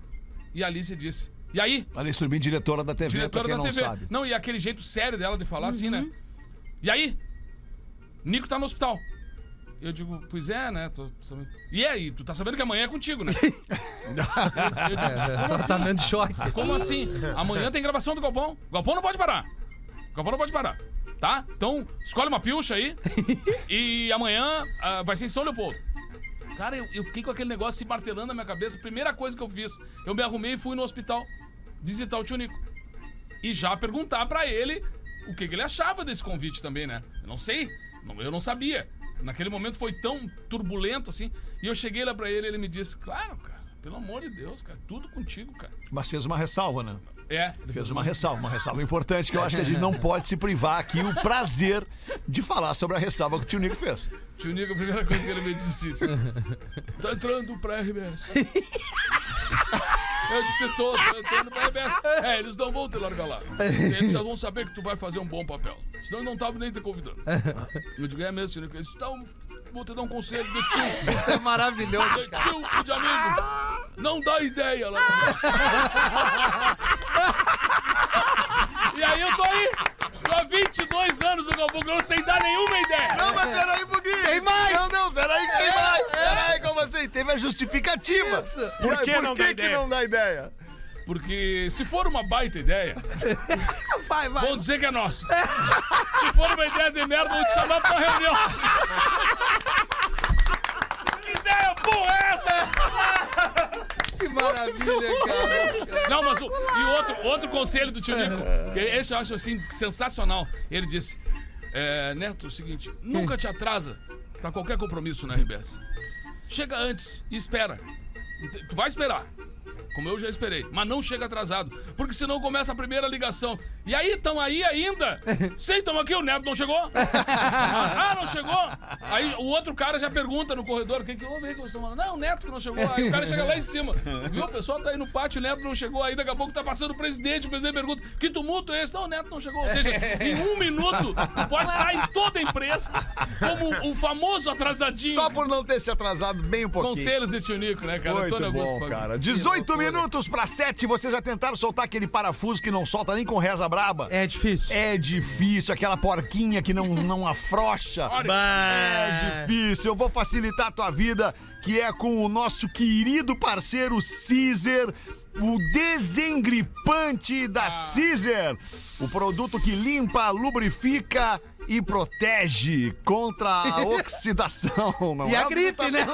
[SPEAKER 8] E a Alice disse: E aí?
[SPEAKER 2] Alice
[SPEAKER 4] é
[SPEAKER 2] Urbim, diretora da TV, pra
[SPEAKER 8] diretora
[SPEAKER 2] quem
[SPEAKER 8] da
[SPEAKER 2] não
[SPEAKER 8] TV.
[SPEAKER 2] sabe.
[SPEAKER 8] Não, e aquele jeito sério dela de falar assim, né? E aí? Nico tá no hospital. Eu digo, pois é, né? Tô sabendo. E aí, tu tá sabendo que amanhã é contigo, né? eu, eu digo,
[SPEAKER 6] É, tratamento de choque.
[SPEAKER 8] como assim? Amanhã tem gravação do Galpão. Galpão não pode parar. Galpão não pode parar. Tá? Então, escolhe uma pilcha aí. e amanhã ah, vai ser em São Leopoldo. Cara, eu, eu fiquei com aquele negócio se martelando na minha cabeça. Primeira coisa que eu fiz, eu me arrumei e fui no hospital visitar o tio Nico. E já perguntar pra ele o que, que ele achava desse convite também, né? Eu não sei. não- Eu não sabia. Naquele momento foi tão turbulento assim. E eu cheguei lá pra ele e ele me disse: Claro, cara, pelo amor de Deus, cara, tudo contigo, cara.
[SPEAKER 4] Mas fez uma ressalva, né?
[SPEAKER 8] É, ele
[SPEAKER 4] Fez uma ressalva, uma ressalva importante que eu acho que a gente não pode se privar aqui o prazer de falar sobre a ressalva que o tio Nico fez.
[SPEAKER 8] Tio Nico, a primeira coisa que ele me disse assim: Tá entrando pra RBS. Eu disse, tô, tô entrando pra RBS. É, eles não vão te largar lá. Eles já vão saber que tu vai fazer um bom papel. Senão eu não tava nem te convidando. Eu digo, é mesmo, tio Nico. Eles estão. Vou te dar um conselho de tio,
[SPEAKER 6] Isso é maravilhoso.
[SPEAKER 8] de tio e de amigo. Não dá ideia lá. E aí eu tô aí. Tô há 22 anos no Galvão Grão sem dar nenhuma ideia.
[SPEAKER 4] Não, mas peraí um pouquinho. Tem mais. É. Não, não, peraí que tem mais. Peraí, como assim? Teve a justificativa. Por que,
[SPEAKER 7] não
[SPEAKER 4] que,
[SPEAKER 7] dá
[SPEAKER 4] que
[SPEAKER 7] ideia?
[SPEAKER 4] não dá ideia?
[SPEAKER 8] Porque se for uma baita ideia,
[SPEAKER 6] Vai, vai.
[SPEAKER 8] vão dizer que é nossa. Se for uma ideia de merda, vão te chamar pra reunião. que ideia boa é essa?
[SPEAKER 6] Que maravilha, cara.
[SPEAKER 8] Não, mas o, e outro, outro conselho do tio Nico, que esse eu acho assim sensacional. Ele disse: é, Neto, é o seguinte, nunca te atrasa pra qualquer compromisso na RBS. Chega antes e espera. Ent- Tu vai esperar. Como eu já esperei, mas não chega atrasado, porque senão começa a primeira ligação. E aí, tamo aí ainda? Sei, tamo aqui, o Neto não chegou? Ah, não chegou? Aí o outro cara já pergunta no corredor: o que, que houve aí que vocês estão falando? Não, o Neto que não chegou. Aí o cara chega lá em cima. Viu? O pessoal tá aí no pátio, o Neto não chegou aí. Daqui a pouco tá passando o presidente. O presidente pergunta: que tumulto é esse? Não, o Neto não chegou. Ou seja, em um minuto, tu pode estar em toda a empresa como o famoso atrasadinho.
[SPEAKER 4] Só por não ter se atrasado bem um pouquinho.
[SPEAKER 8] Conselhos de tio Nico, né, cara?
[SPEAKER 4] Muito
[SPEAKER 8] Antônio
[SPEAKER 4] bom,
[SPEAKER 8] Augusto Fagundes.
[SPEAKER 4] cara. 18 minutos pra 7. Vocês já tentaram soltar aquele parafuso que não solta nem com reza braba?
[SPEAKER 6] É difícil.
[SPEAKER 4] É difícil, aquela porquinha que não, não afrocha.
[SPEAKER 8] Olha,
[SPEAKER 4] É difícil. Eu vou facilitar a tua vida, que é com o nosso querido parceiro Caesar, o desengripante da
[SPEAKER 6] Ah.
[SPEAKER 4] Caesar. O produto que limpa, lubrifica e protege contra a oxidação. Não
[SPEAKER 6] E
[SPEAKER 4] é
[SPEAKER 6] a
[SPEAKER 4] o que
[SPEAKER 6] gripe,
[SPEAKER 4] tu tá
[SPEAKER 6] né?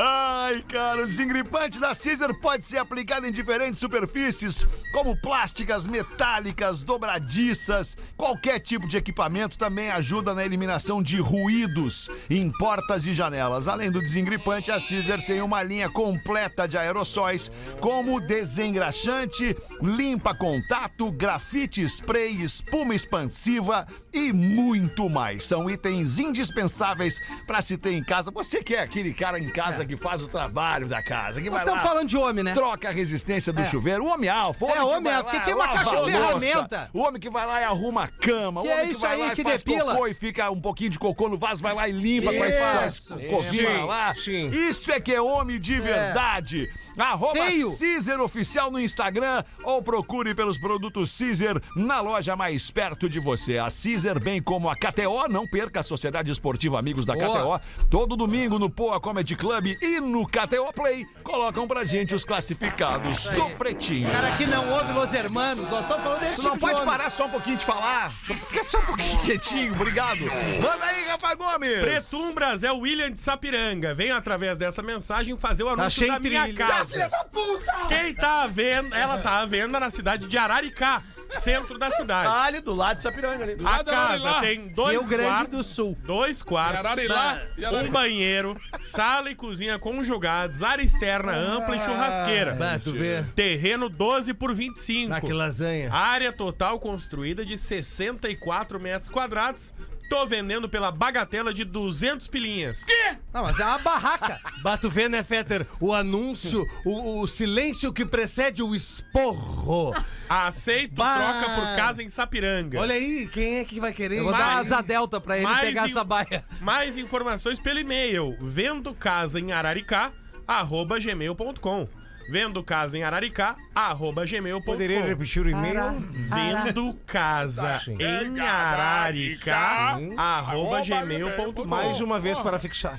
[SPEAKER 4] Ai, cara, o desengripante da Caesar pode ser aplicado em diferentes superfícies, como plásticas, metálicas, dobradiças. Qualquer tipo de equipamento também ajuda na eliminação de ruídos em portas e janelas. Além do desengripante, a Caesar tem uma linha completa de aerossóis, como desengraxante, limpa contato, grafite spray, espuma expansiva e muito mais. São itens indispensáveis para se ter em casa. Você que é aquele cara em casa que faz o trabalho da casa, que vai
[SPEAKER 6] Estamos
[SPEAKER 4] lá,
[SPEAKER 6] falando de homem, né?
[SPEAKER 4] troca a resistência do chuveiro. O homem alfa, o
[SPEAKER 6] É,
[SPEAKER 4] homem que
[SPEAKER 6] homem
[SPEAKER 4] vai
[SPEAKER 6] alfa,
[SPEAKER 4] lá,
[SPEAKER 6] porque tem uma
[SPEAKER 4] lava
[SPEAKER 6] caixa de
[SPEAKER 4] a louça,
[SPEAKER 6] ferramenta.
[SPEAKER 4] O homem que vai lá e arruma a cama,
[SPEAKER 6] Que
[SPEAKER 4] o homem
[SPEAKER 6] é
[SPEAKER 4] que
[SPEAKER 6] isso
[SPEAKER 4] vai
[SPEAKER 6] aí,
[SPEAKER 4] lá e
[SPEAKER 6] que
[SPEAKER 4] faz
[SPEAKER 6] depila.
[SPEAKER 4] cocô e fica um pouquinho de cocô no vaso, vai lá e limpa com as
[SPEAKER 6] Isso.
[SPEAKER 4] covinha
[SPEAKER 7] Sim,
[SPEAKER 4] lá.
[SPEAKER 7] sim.
[SPEAKER 4] Isso é que é homem de verdade. Arroba
[SPEAKER 6] Feio.
[SPEAKER 4] Caesar Oficial no Instagram ou procure pelos produtos Caesar na loja mais perto de você. A Caesar, bem como a KTO, não perca a Sociedade Esportiva Amigos da
[SPEAKER 6] Boa.
[SPEAKER 4] KTO. Todo domingo no Poa Comedy Club e no KTO Play colocam pra gente os classificados
[SPEAKER 6] aí.
[SPEAKER 4] do Pretinho.
[SPEAKER 6] Cara que não ouve Los Hermanos. Nós estamos falando desse
[SPEAKER 4] Tu
[SPEAKER 6] tipo
[SPEAKER 4] não
[SPEAKER 6] de
[SPEAKER 4] pode
[SPEAKER 6] homem.
[SPEAKER 4] parar só um pouquinho de falar. Fica só um pouquinho quietinho, obrigado. Manda aí, Rafa Gomes.
[SPEAKER 10] Pretumbras é o William de Sapiranga. Venho através dessa mensagem fazer
[SPEAKER 6] Tá
[SPEAKER 10] o anúncio
[SPEAKER 5] Achei
[SPEAKER 10] Tá, da minha
[SPEAKER 5] trilha.
[SPEAKER 10] casa. Quem tá à venda, ela tá à venda na cidade de Araricá. centro da cidade.
[SPEAKER 5] Ali do lado de Sapiranga né? ali.
[SPEAKER 10] A
[SPEAKER 8] lado é Ararilá.
[SPEAKER 10] casa tem dois
[SPEAKER 6] Ah, Rio Grande
[SPEAKER 10] quartos,
[SPEAKER 6] do Sul.
[SPEAKER 10] dois quartos,
[SPEAKER 8] E Ararilá, e Ararilá.
[SPEAKER 10] um banheiro, sala e cozinha conjugados, área externa ampla
[SPEAKER 6] Ah,
[SPEAKER 10] e churrasqueira.
[SPEAKER 11] Bah, tu vê.
[SPEAKER 10] Terreno 12 por 25.
[SPEAKER 11] Ah, que lasanha.
[SPEAKER 10] Área total construída de 64 metros quadrados. Tô vendendo pela bagatela de 200 pilinhas.
[SPEAKER 6] Não, mas é uma barraca.
[SPEAKER 11] Bato vê, né, Fetter? O anúncio, o, o silêncio que precede o esporro.
[SPEAKER 10] Aceito
[SPEAKER 11] Bah.
[SPEAKER 10] troca por casa em Sapiranga.
[SPEAKER 11] Olha aí, quem é que vai querer? um
[SPEAKER 6] Eu vou dar uma
[SPEAKER 10] Mais-
[SPEAKER 6] asa delta pra ele
[SPEAKER 10] mais
[SPEAKER 6] pegar
[SPEAKER 10] em-
[SPEAKER 6] essa baia.
[SPEAKER 10] Mais informações pelo e-mail vendo casa em Araricá arroba gmail.com vendo casa em Araricá arroba gmail.com
[SPEAKER 11] Poderia repetir Tá o e-mail?
[SPEAKER 10] vendo casa em Araricá arroba gmail.com
[SPEAKER 11] Mais uma vez para fixar.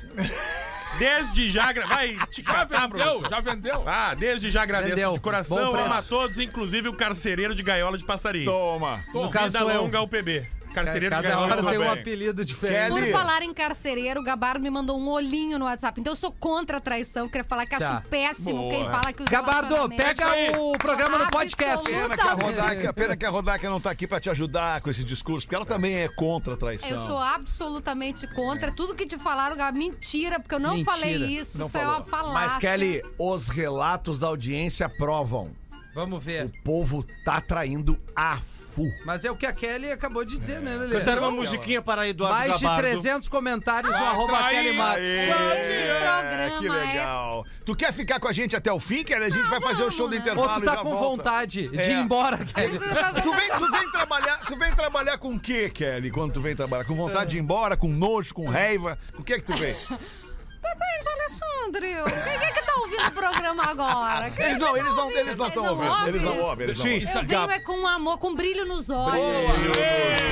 [SPEAKER 10] desde já gra- vai te
[SPEAKER 8] Já
[SPEAKER 10] catar,
[SPEAKER 8] vendeu,
[SPEAKER 10] professor.
[SPEAKER 8] já vendeu.
[SPEAKER 10] Ah, desde já agradeço
[SPEAKER 6] Vendeu.
[SPEAKER 10] de
[SPEAKER 6] Bom
[SPEAKER 10] coração
[SPEAKER 6] preço.
[SPEAKER 10] amo a todos, inclusive o carcereiro de gaiola de passarinho.
[SPEAKER 4] Toma.
[SPEAKER 6] No caso
[SPEAKER 10] Vida
[SPEAKER 6] sou eu.
[SPEAKER 10] longa ao PB. Carcereiro de
[SPEAKER 6] Cada
[SPEAKER 10] gaiola
[SPEAKER 6] hora
[SPEAKER 10] do
[SPEAKER 6] tem um
[SPEAKER 10] PB.
[SPEAKER 6] apelido diferente.
[SPEAKER 9] Por falar em carcereiro, o Gabardo me mandou um olhinho no WhatsApp. Então eu sou contra a traição. Queria falar que
[SPEAKER 6] Tá.
[SPEAKER 9] acho um péssimo quem fala que os
[SPEAKER 6] Gabardo,
[SPEAKER 9] relacionamentos-
[SPEAKER 6] pega o programa no podcast.
[SPEAKER 4] Pena que, a Rodaica, pena que a Rodaica não tá aqui pra te ajudar com esse discurso, porque ela também é contra a traição.
[SPEAKER 9] Eu sou absolutamente contra. Tudo que te falaram, Gabi, mentira, porque eu não
[SPEAKER 6] Mentira.
[SPEAKER 9] falei isso. isso é uma falácia.
[SPEAKER 5] Mas, Kelly, os relatos da audiência provam.
[SPEAKER 6] Vamos
[SPEAKER 5] O
[SPEAKER 6] ver.
[SPEAKER 5] povo tá traindo a FU.
[SPEAKER 6] Mas é o que a Kelly acabou de dizer, né, Lelê?
[SPEAKER 11] Cantaram uma musiquinha para Eduardo
[SPEAKER 6] Mais de
[SPEAKER 11] Gabardo.
[SPEAKER 6] 300 comentários no arroba
[SPEAKER 8] trair.
[SPEAKER 6] Kelly Matos.
[SPEAKER 4] É,
[SPEAKER 9] programa,
[SPEAKER 4] que legal. Tu quer ficar com a gente até o fim, Kelly? A gente vai fazer o show do
[SPEAKER 9] vamos, né?
[SPEAKER 6] Ou
[SPEAKER 4] intervalo
[SPEAKER 6] tu
[SPEAKER 4] e
[SPEAKER 6] tá
[SPEAKER 4] já
[SPEAKER 6] com
[SPEAKER 4] volta.
[SPEAKER 6] vontade de ir
[SPEAKER 4] É.
[SPEAKER 6] embora, Kelly?
[SPEAKER 4] Tu vem, tu vem trabalhar, tu vem trabalhar com o quê, Kelly? Quando tu vem trabalhar? Com vontade de ir embora, com nojo, com raiva? Com o que é que tu vem?
[SPEAKER 9] Depende, Alexandre. Quem é que tá ouvindo o programa agora? Quem é
[SPEAKER 4] Eles
[SPEAKER 9] que
[SPEAKER 4] não,
[SPEAKER 9] tá
[SPEAKER 4] eles não, eles não estão ouvindo. Eles não ouvem, eles não ouvem.
[SPEAKER 9] Eu venho é com amor, com brilho nos olhos.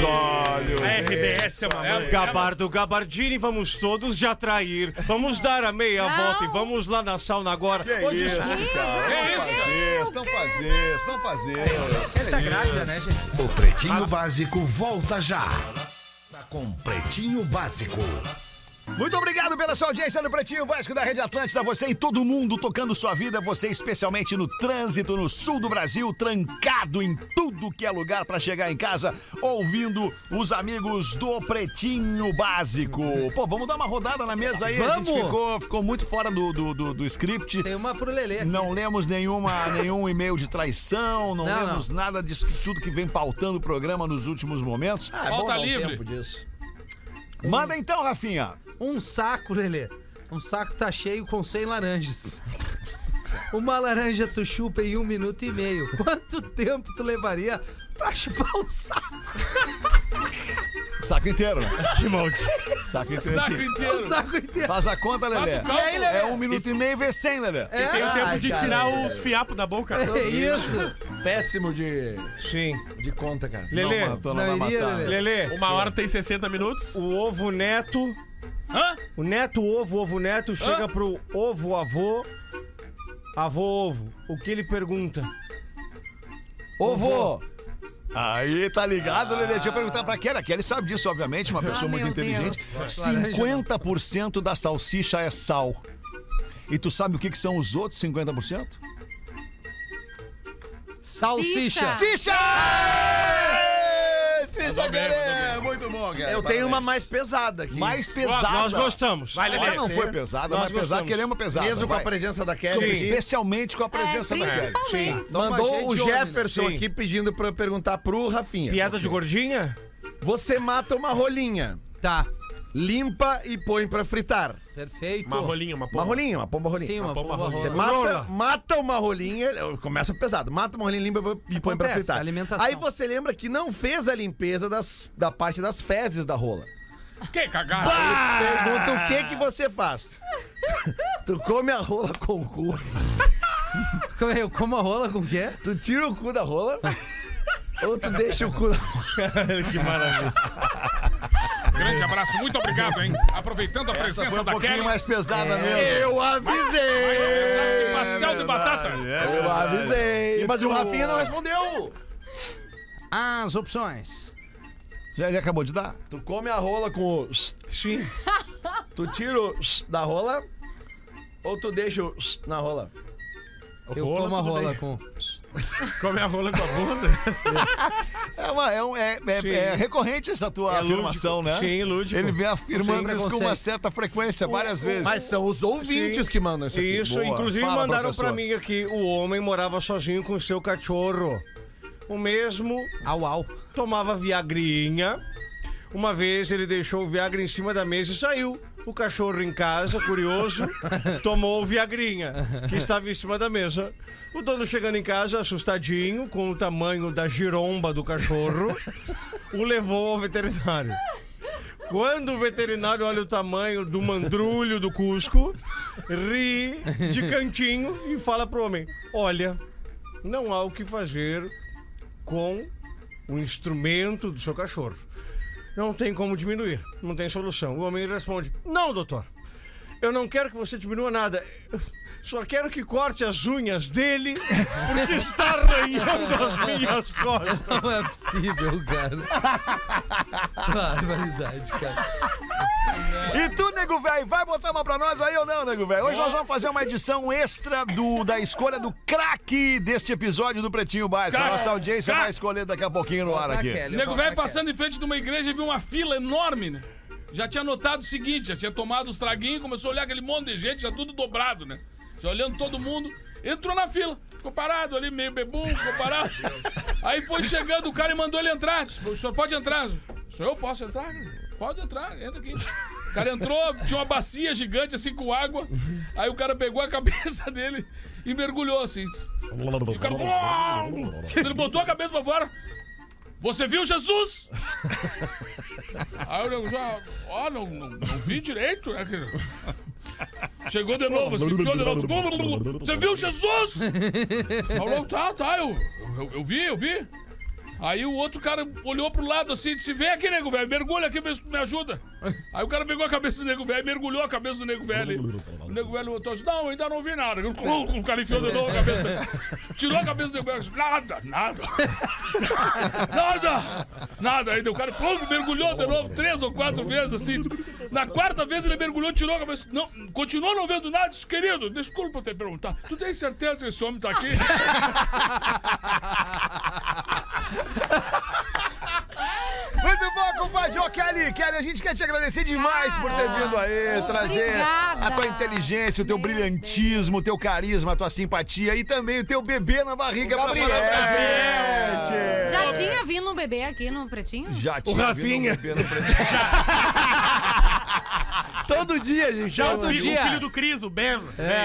[SPEAKER 4] Os olhos.
[SPEAKER 10] A RBS é uma
[SPEAKER 8] É, é,
[SPEAKER 11] Gabardo, Gabardini, vamos todos já trair. Vamos dar a meia
[SPEAKER 9] Não.
[SPEAKER 11] volta e vamos lá na sauna agora.
[SPEAKER 4] Que isso, cara?
[SPEAKER 8] Que
[SPEAKER 4] Não
[SPEAKER 8] isso?
[SPEAKER 4] faz isso, não faz
[SPEAKER 9] Ah,
[SPEAKER 4] isso, não faz isso.
[SPEAKER 6] Tá grávida, né, gente?
[SPEAKER 2] O Pretinho
[SPEAKER 4] Ah.
[SPEAKER 2] Básico volta já. Com Pretinho Básico.
[SPEAKER 4] Muito obrigado pela sua audiência no Pretinho Básico da Rede Atlântida. Você e todo mundo tocando sua vida, você especialmente no trânsito no sul do Brasil, trancado em tudo que é lugar para chegar em casa, ouvindo os amigos do Pretinho Básico. Pô, vamos dar uma rodada na mesa aí. A gente
[SPEAKER 6] Vamos!
[SPEAKER 4] ficou, ficou muito fora do, do, do, do script.
[SPEAKER 6] Tem uma pro Lelê.
[SPEAKER 4] Não lemos nenhuma, nenhum e-mail de traição, não,
[SPEAKER 6] Não,
[SPEAKER 4] lemos nada disso, que- tudo que vem pautando o programa nos últimos momentos.
[SPEAKER 5] Ah, é
[SPEAKER 8] Falta
[SPEAKER 5] dar um
[SPEAKER 8] livre.
[SPEAKER 5] tempo disso.
[SPEAKER 4] Manda então, Rafinha.
[SPEAKER 6] Um saco, Lelê. Um saco tá cheio com 100 laranjas. Uma laranja tu chupa em um minuto e meio. Quanto tempo tu levaria pra chupar um saco?
[SPEAKER 4] Saco inteiro, né? Que Saco inteiro.
[SPEAKER 8] Saco
[SPEAKER 6] Um
[SPEAKER 8] inteiro.
[SPEAKER 6] saco inteiro.
[SPEAKER 4] Faz a conta, Lelé.
[SPEAKER 8] Faz o cálculo.
[SPEAKER 6] E aí, Lelé?
[SPEAKER 4] É um minuto e meio vê 100, Lelé.
[SPEAKER 6] É,
[SPEAKER 10] Tem o tempo
[SPEAKER 5] Ai,
[SPEAKER 10] de
[SPEAKER 5] cara,
[SPEAKER 10] tirar
[SPEAKER 5] é.
[SPEAKER 10] os fiapos da boca.
[SPEAKER 6] é isso.
[SPEAKER 5] Péssimo de,
[SPEAKER 11] Sim.
[SPEAKER 5] de conta, cara.
[SPEAKER 10] Lelê,
[SPEAKER 4] Não, matou,
[SPEAKER 6] Não
[SPEAKER 4] não vai
[SPEAKER 6] iria,
[SPEAKER 4] matar. né?
[SPEAKER 6] Lelé.
[SPEAKER 10] Lelê, uma hora tem 60 minutos.
[SPEAKER 11] O ovo neto,
[SPEAKER 8] Hã?
[SPEAKER 11] o neto ovo, ovo neto, chega pro ovo avô, avô ovo. O que ele pergunta?
[SPEAKER 5] Ô, vô,
[SPEAKER 4] Aí, tá ligado, Lelé? Deixa eu perguntar pra Kelly. A Kelly sabe disso, obviamente, uma pessoa
[SPEAKER 9] Ah,
[SPEAKER 4] muito
[SPEAKER 9] meu
[SPEAKER 4] inteligente. 50% da salsicha é sal. E tu sabe o que, que são os outros 50%?
[SPEAKER 6] Salsicha.
[SPEAKER 9] Salsicha.
[SPEAKER 4] Salsicha! Salsicha,
[SPEAKER 8] Mandou bem,
[SPEAKER 4] Lelé! Muito bom, cara.
[SPEAKER 5] eu tenho uma mais pesada aqui.
[SPEAKER 4] Mais pesada.
[SPEAKER 11] Nós gostamos.
[SPEAKER 10] Vai,
[SPEAKER 4] Essa
[SPEAKER 10] Lelê.
[SPEAKER 11] é
[SPEAKER 4] não foi pesada,
[SPEAKER 11] Nós
[SPEAKER 4] mas pesada
[SPEAKER 11] gostamos.
[SPEAKER 4] que ele é uma pesada.
[SPEAKER 5] Mesmo com
[SPEAKER 4] vai.
[SPEAKER 5] a presença da Kelly. aqui,
[SPEAKER 4] Especialmente
[SPEAKER 6] É,
[SPEAKER 4] com a presença da Kelly.
[SPEAKER 9] principalmente.
[SPEAKER 5] Mandou
[SPEAKER 6] Toma,
[SPEAKER 5] o
[SPEAKER 6] gente, homem,
[SPEAKER 5] Jefferson
[SPEAKER 11] Sim.
[SPEAKER 5] aqui pedindo pra eu perguntar pro Rafinha.
[SPEAKER 11] Piada de gordinha?
[SPEAKER 5] Você mata uma rolinha,
[SPEAKER 6] Tá,
[SPEAKER 5] limpa e põe pra fritar.
[SPEAKER 6] perfeito.
[SPEAKER 10] Uma rolinha, uma
[SPEAKER 5] Uma
[SPEAKER 10] porra.
[SPEAKER 5] rolinha, uma pomba rolinha.
[SPEAKER 6] Sim, uma
[SPEAKER 10] pomba
[SPEAKER 6] pomba
[SPEAKER 5] Você
[SPEAKER 6] rola.
[SPEAKER 5] mata, mata uma rolinha, começa pesado, mata uma rolinha, limpa e põe pra
[SPEAKER 6] Acontece,
[SPEAKER 5] fritar.
[SPEAKER 6] alimentação.
[SPEAKER 5] Aí você lembra que não fez a limpeza das- da parte das fezes da rola.
[SPEAKER 8] Que cagada.
[SPEAKER 5] Pergunta o que que você faz. tu come a rola com o cu,
[SPEAKER 6] Como é? Eu como a rola com o quê?
[SPEAKER 5] tu tira o cu da rola, ou tu deixa o cu um na rola.
[SPEAKER 8] Grande abraço, muito obrigado, hein? Aproveitando a
[SPEAKER 4] Essa
[SPEAKER 8] presença
[SPEAKER 4] foi um
[SPEAKER 8] da
[SPEAKER 4] pouquinho
[SPEAKER 8] Kelly.
[SPEAKER 4] mais pesada mesmo.
[SPEAKER 5] Eu avisei!
[SPEAKER 8] Sabe, Pastel de batata.
[SPEAKER 4] é
[SPEAKER 5] Eu avisei! Mas o Rafinha não respondeu!
[SPEAKER 6] As opções.
[SPEAKER 4] Já, já acabou de dar?
[SPEAKER 5] Tu come a rola com o sim. Tu tira o da rola ou tu deixa o na rola?
[SPEAKER 6] Eu como a rola com.
[SPEAKER 10] Come a rola com a bunda?
[SPEAKER 4] É, uma, é, um- é- é-
[SPEAKER 10] Sim.
[SPEAKER 4] é recorrente essa tua afirmação, né?
[SPEAKER 10] Sim, lúdico.
[SPEAKER 4] Ele vem afirmando
[SPEAKER 6] Sim,
[SPEAKER 4] isso com
[SPEAKER 6] preconceito.
[SPEAKER 4] uma certa frequência, várias vezes.
[SPEAKER 5] Mas são os ouvintes que mandam isso aqui.
[SPEAKER 7] Isso,
[SPEAKER 4] Boa.
[SPEAKER 7] inclusive
[SPEAKER 4] Fala,
[SPEAKER 7] mandaram pra
[SPEAKER 4] professor.
[SPEAKER 7] mim aqui: o homem morava sozinho com seu cachorro. O mesmo
[SPEAKER 6] Au, au.
[SPEAKER 7] tomava viagrinha. Uma vez ele deixou o Viagra em cima da mesa e saiu. O cachorro em casa, curioso, tomou o Viagrinha, que estava em cima da mesa. O dono chegando em casa, assustadinho, com o tamanho da giromba do cachorro, o levou ao veterinário. Quando o veterinário olha o tamanho do mandrulho do Cusco, ri de cantinho e fala pro homem: Olha, não há o que fazer com o instrumento do seu cachorro. Não tem como diminuir, não tem solução. O homem responde: Não, doutor, eu não quero que você diminua nada. Só quero que corte as unhas dele, porque está arranhando as minhas costas.
[SPEAKER 6] Não é possível, cara. Barbaridade, cara.
[SPEAKER 4] E tu, nego velho, vai botar uma pra nós aí ou não, nego velho? Hoje nós vamos fazer uma edição extra do, da escolha do craque deste episódio do Pretinho Básico. A
[SPEAKER 8] Craque.
[SPEAKER 4] nossa audiência
[SPEAKER 8] Craque.
[SPEAKER 4] vai escolher daqui a pouquinho no ar
[SPEAKER 6] Tá,
[SPEAKER 4] aqui.
[SPEAKER 6] Kelly,
[SPEAKER 8] O nego
[SPEAKER 6] eu
[SPEAKER 8] velho
[SPEAKER 6] vou-
[SPEAKER 8] passando em frente de uma igreja e viu uma fila enorme, né? Já tinha notado o seguinte, já tinha tomado os traguinhos, começou a olhar aquele monte de gente, já tudo dobrado, né? Já olhando todo mundo, entrou na fila, ficou parado ali, meio bebum, ficou parado. Aí foi chegando o cara e mandou ele entrar. Disse, o senhor pode entrar? Sou eu, posso entrar? Pode entrar, entra aqui. O cara entrou, tinha uma bacia gigante assim com água. Aí o cara pegou a cabeça dele e mergulhou assim. E o cara. Ele botou a cabeça pra fora. Você viu Jesus? Aí eu nego, ah, ó, não, não, não vi direito, né, querido? Chegou de novo, assim, enfiou de novo. Você viu Jesus? Falou, tá, tá, eu, eu, eu vi, eu vi. Aí o outro cara olhou pro lado assim e disse: Vem aqui, nego velho, mergulha aqui, vê se tu me ajuda. Aí o cara pegou a cabeça do nego velho, mergulhou a cabeça do nego velho. O nego velho botou assim: Não, ainda não vi nada. O cara enfiou de novo a cabeça. Tirou a cabeça do nego velho, disse, nada, nada. Nada! Nada ainda. O cara pum, mergulhou de novo três ou quatro vezes, assim. Na quarta vez ele mergulhou, tirou a cabeça. Não, continuou não vendo nada. Disse, querido, desculpa eu ter perguntar. Tu tem certeza que esse homem tá aqui?
[SPEAKER 4] Muito bom, compadre. Ô, Kelly, Kelly, a gente quer te agradecer demais por ter
[SPEAKER 9] Cara,
[SPEAKER 4] vindo aí, trazer
[SPEAKER 9] obrigada.
[SPEAKER 4] a tua inteligência, o teu
[SPEAKER 9] Meu
[SPEAKER 4] brilhantismo, o teu carisma, a tua simpatia e também o teu bebê na barriga pra
[SPEAKER 7] Gabriel.
[SPEAKER 4] falar pra gente.
[SPEAKER 9] Já tinha vindo um bebê aqui no Pretinho?
[SPEAKER 4] Já tinha o
[SPEAKER 7] Rafinha.
[SPEAKER 4] Um bebê no Pretinho.
[SPEAKER 5] Todo dia, gente.
[SPEAKER 10] Já o,
[SPEAKER 6] Todo
[SPEAKER 10] fi- o
[SPEAKER 6] dia.
[SPEAKER 10] filho do Cris, o Ben.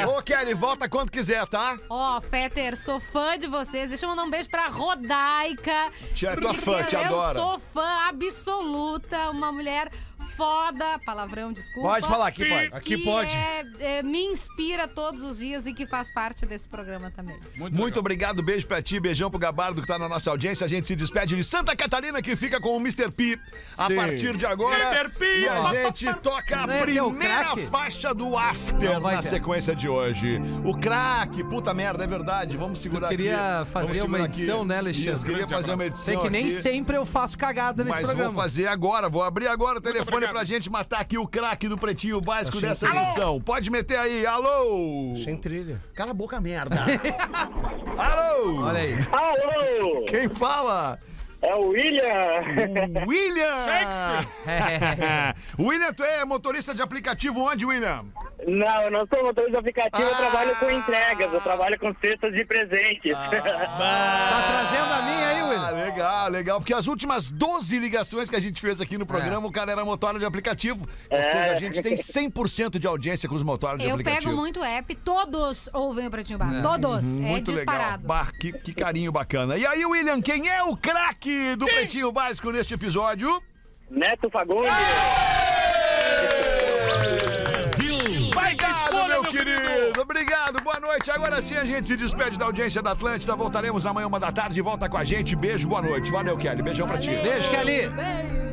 [SPEAKER 4] Ô, Kelly, volta quando quiser, tá?
[SPEAKER 9] Ó, Fetter, sou fã de vocês. Deixa eu mandar um beijo pra Rodaica.
[SPEAKER 4] Tia, é tua
[SPEAKER 9] Porque
[SPEAKER 4] fã, te
[SPEAKER 9] eu
[SPEAKER 4] adora.
[SPEAKER 9] sou fã absoluta, uma mulher foda, palavrão, desculpa.
[SPEAKER 5] Pode falar aqui, pode.
[SPEAKER 7] Aqui
[SPEAKER 9] que
[SPEAKER 7] pode.
[SPEAKER 9] é- é, me inspira todos os dias e que faz parte desse programa também.
[SPEAKER 4] Muito obrigado, beijo pra ti, beijão pro Gabardo que tá na nossa audiência. A gente se despede de Santa Catarina, que fica com o Mr. P a partir de agora.
[SPEAKER 10] Mr. P!
[SPEAKER 4] E a gente toca a
[SPEAKER 6] Não é que é o
[SPEAKER 4] primeira
[SPEAKER 6] craque?
[SPEAKER 4] faixa do After
[SPEAKER 6] Não vai
[SPEAKER 4] na
[SPEAKER 6] ter.
[SPEAKER 4] sequência de hoje. O craque, puta merda, é verdade. Vamos segurar
[SPEAKER 6] queria
[SPEAKER 4] aqui.
[SPEAKER 6] fazer
[SPEAKER 4] Vamos
[SPEAKER 6] uma
[SPEAKER 4] segurar aqui.
[SPEAKER 6] edição, né, Alexandre?
[SPEAKER 4] Isso, queria
[SPEAKER 6] Grande
[SPEAKER 4] fazer uma edição.
[SPEAKER 6] Sei que nem
[SPEAKER 4] aqui.
[SPEAKER 6] sempre eu faço cagada nesse
[SPEAKER 4] Mas
[SPEAKER 6] programa.
[SPEAKER 4] vou fazer agora, vou abrir agora o telefone pra gente matar aqui o craque do Pretinho Básico dessa edição. Pode meter aí, alô!
[SPEAKER 7] Sem trilha.
[SPEAKER 4] Cala a boca, merda! alô!
[SPEAKER 6] Olha aí.
[SPEAKER 12] Alô!
[SPEAKER 4] Quem fala?
[SPEAKER 12] É o William!
[SPEAKER 4] William!
[SPEAKER 6] É.
[SPEAKER 4] William, tu é motorista de aplicativo onde, William?
[SPEAKER 12] Não, eu não sou motorista de aplicativo, eu
[SPEAKER 4] Ah.
[SPEAKER 12] trabalho com entregas, eu trabalho com cestas de presentes.
[SPEAKER 6] Tá trazendo a minha aí,
[SPEAKER 4] Ah,
[SPEAKER 6] Will?
[SPEAKER 4] legal, legal. Porque as últimas 12 ligações que a gente fez
[SPEAKER 12] É.
[SPEAKER 4] aqui no programa, o cara era motora de aplicativo. Ou seja, a gente tem 100% de audiência com os motórios de
[SPEAKER 9] Eu
[SPEAKER 4] aplicativo. Uhum.
[SPEAKER 9] pego muito app, todos ouvem o Pretinho Básico. Todos. é
[SPEAKER 4] Muito legal.
[SPEAKER 9] disparado.
[SPEAKER 4] Bah, que, que carinho bacana. E aí, William, quem é o craque do Pretinho Básico neste episódio?
[SPEAKER 12] Neto Fagundes!
[SPEAKER 4] Vai
[SPEAKER 8] escolha, meu
[SPEAKER 4] meu querido.
[SPEAKER 8] querido.
[SPEAKER 4] Obrigado, boa noite. Agora sim a gente se despede da audiência da Atlântida. Voltaremos amanhã uma da tarde. Volta com a gente. Beijo, boa noite. Valeu, Kelly. Beijão pra ti.
[SPEAKER 6] Beijo, Kelly.
[SPEAKER 9] Beijo.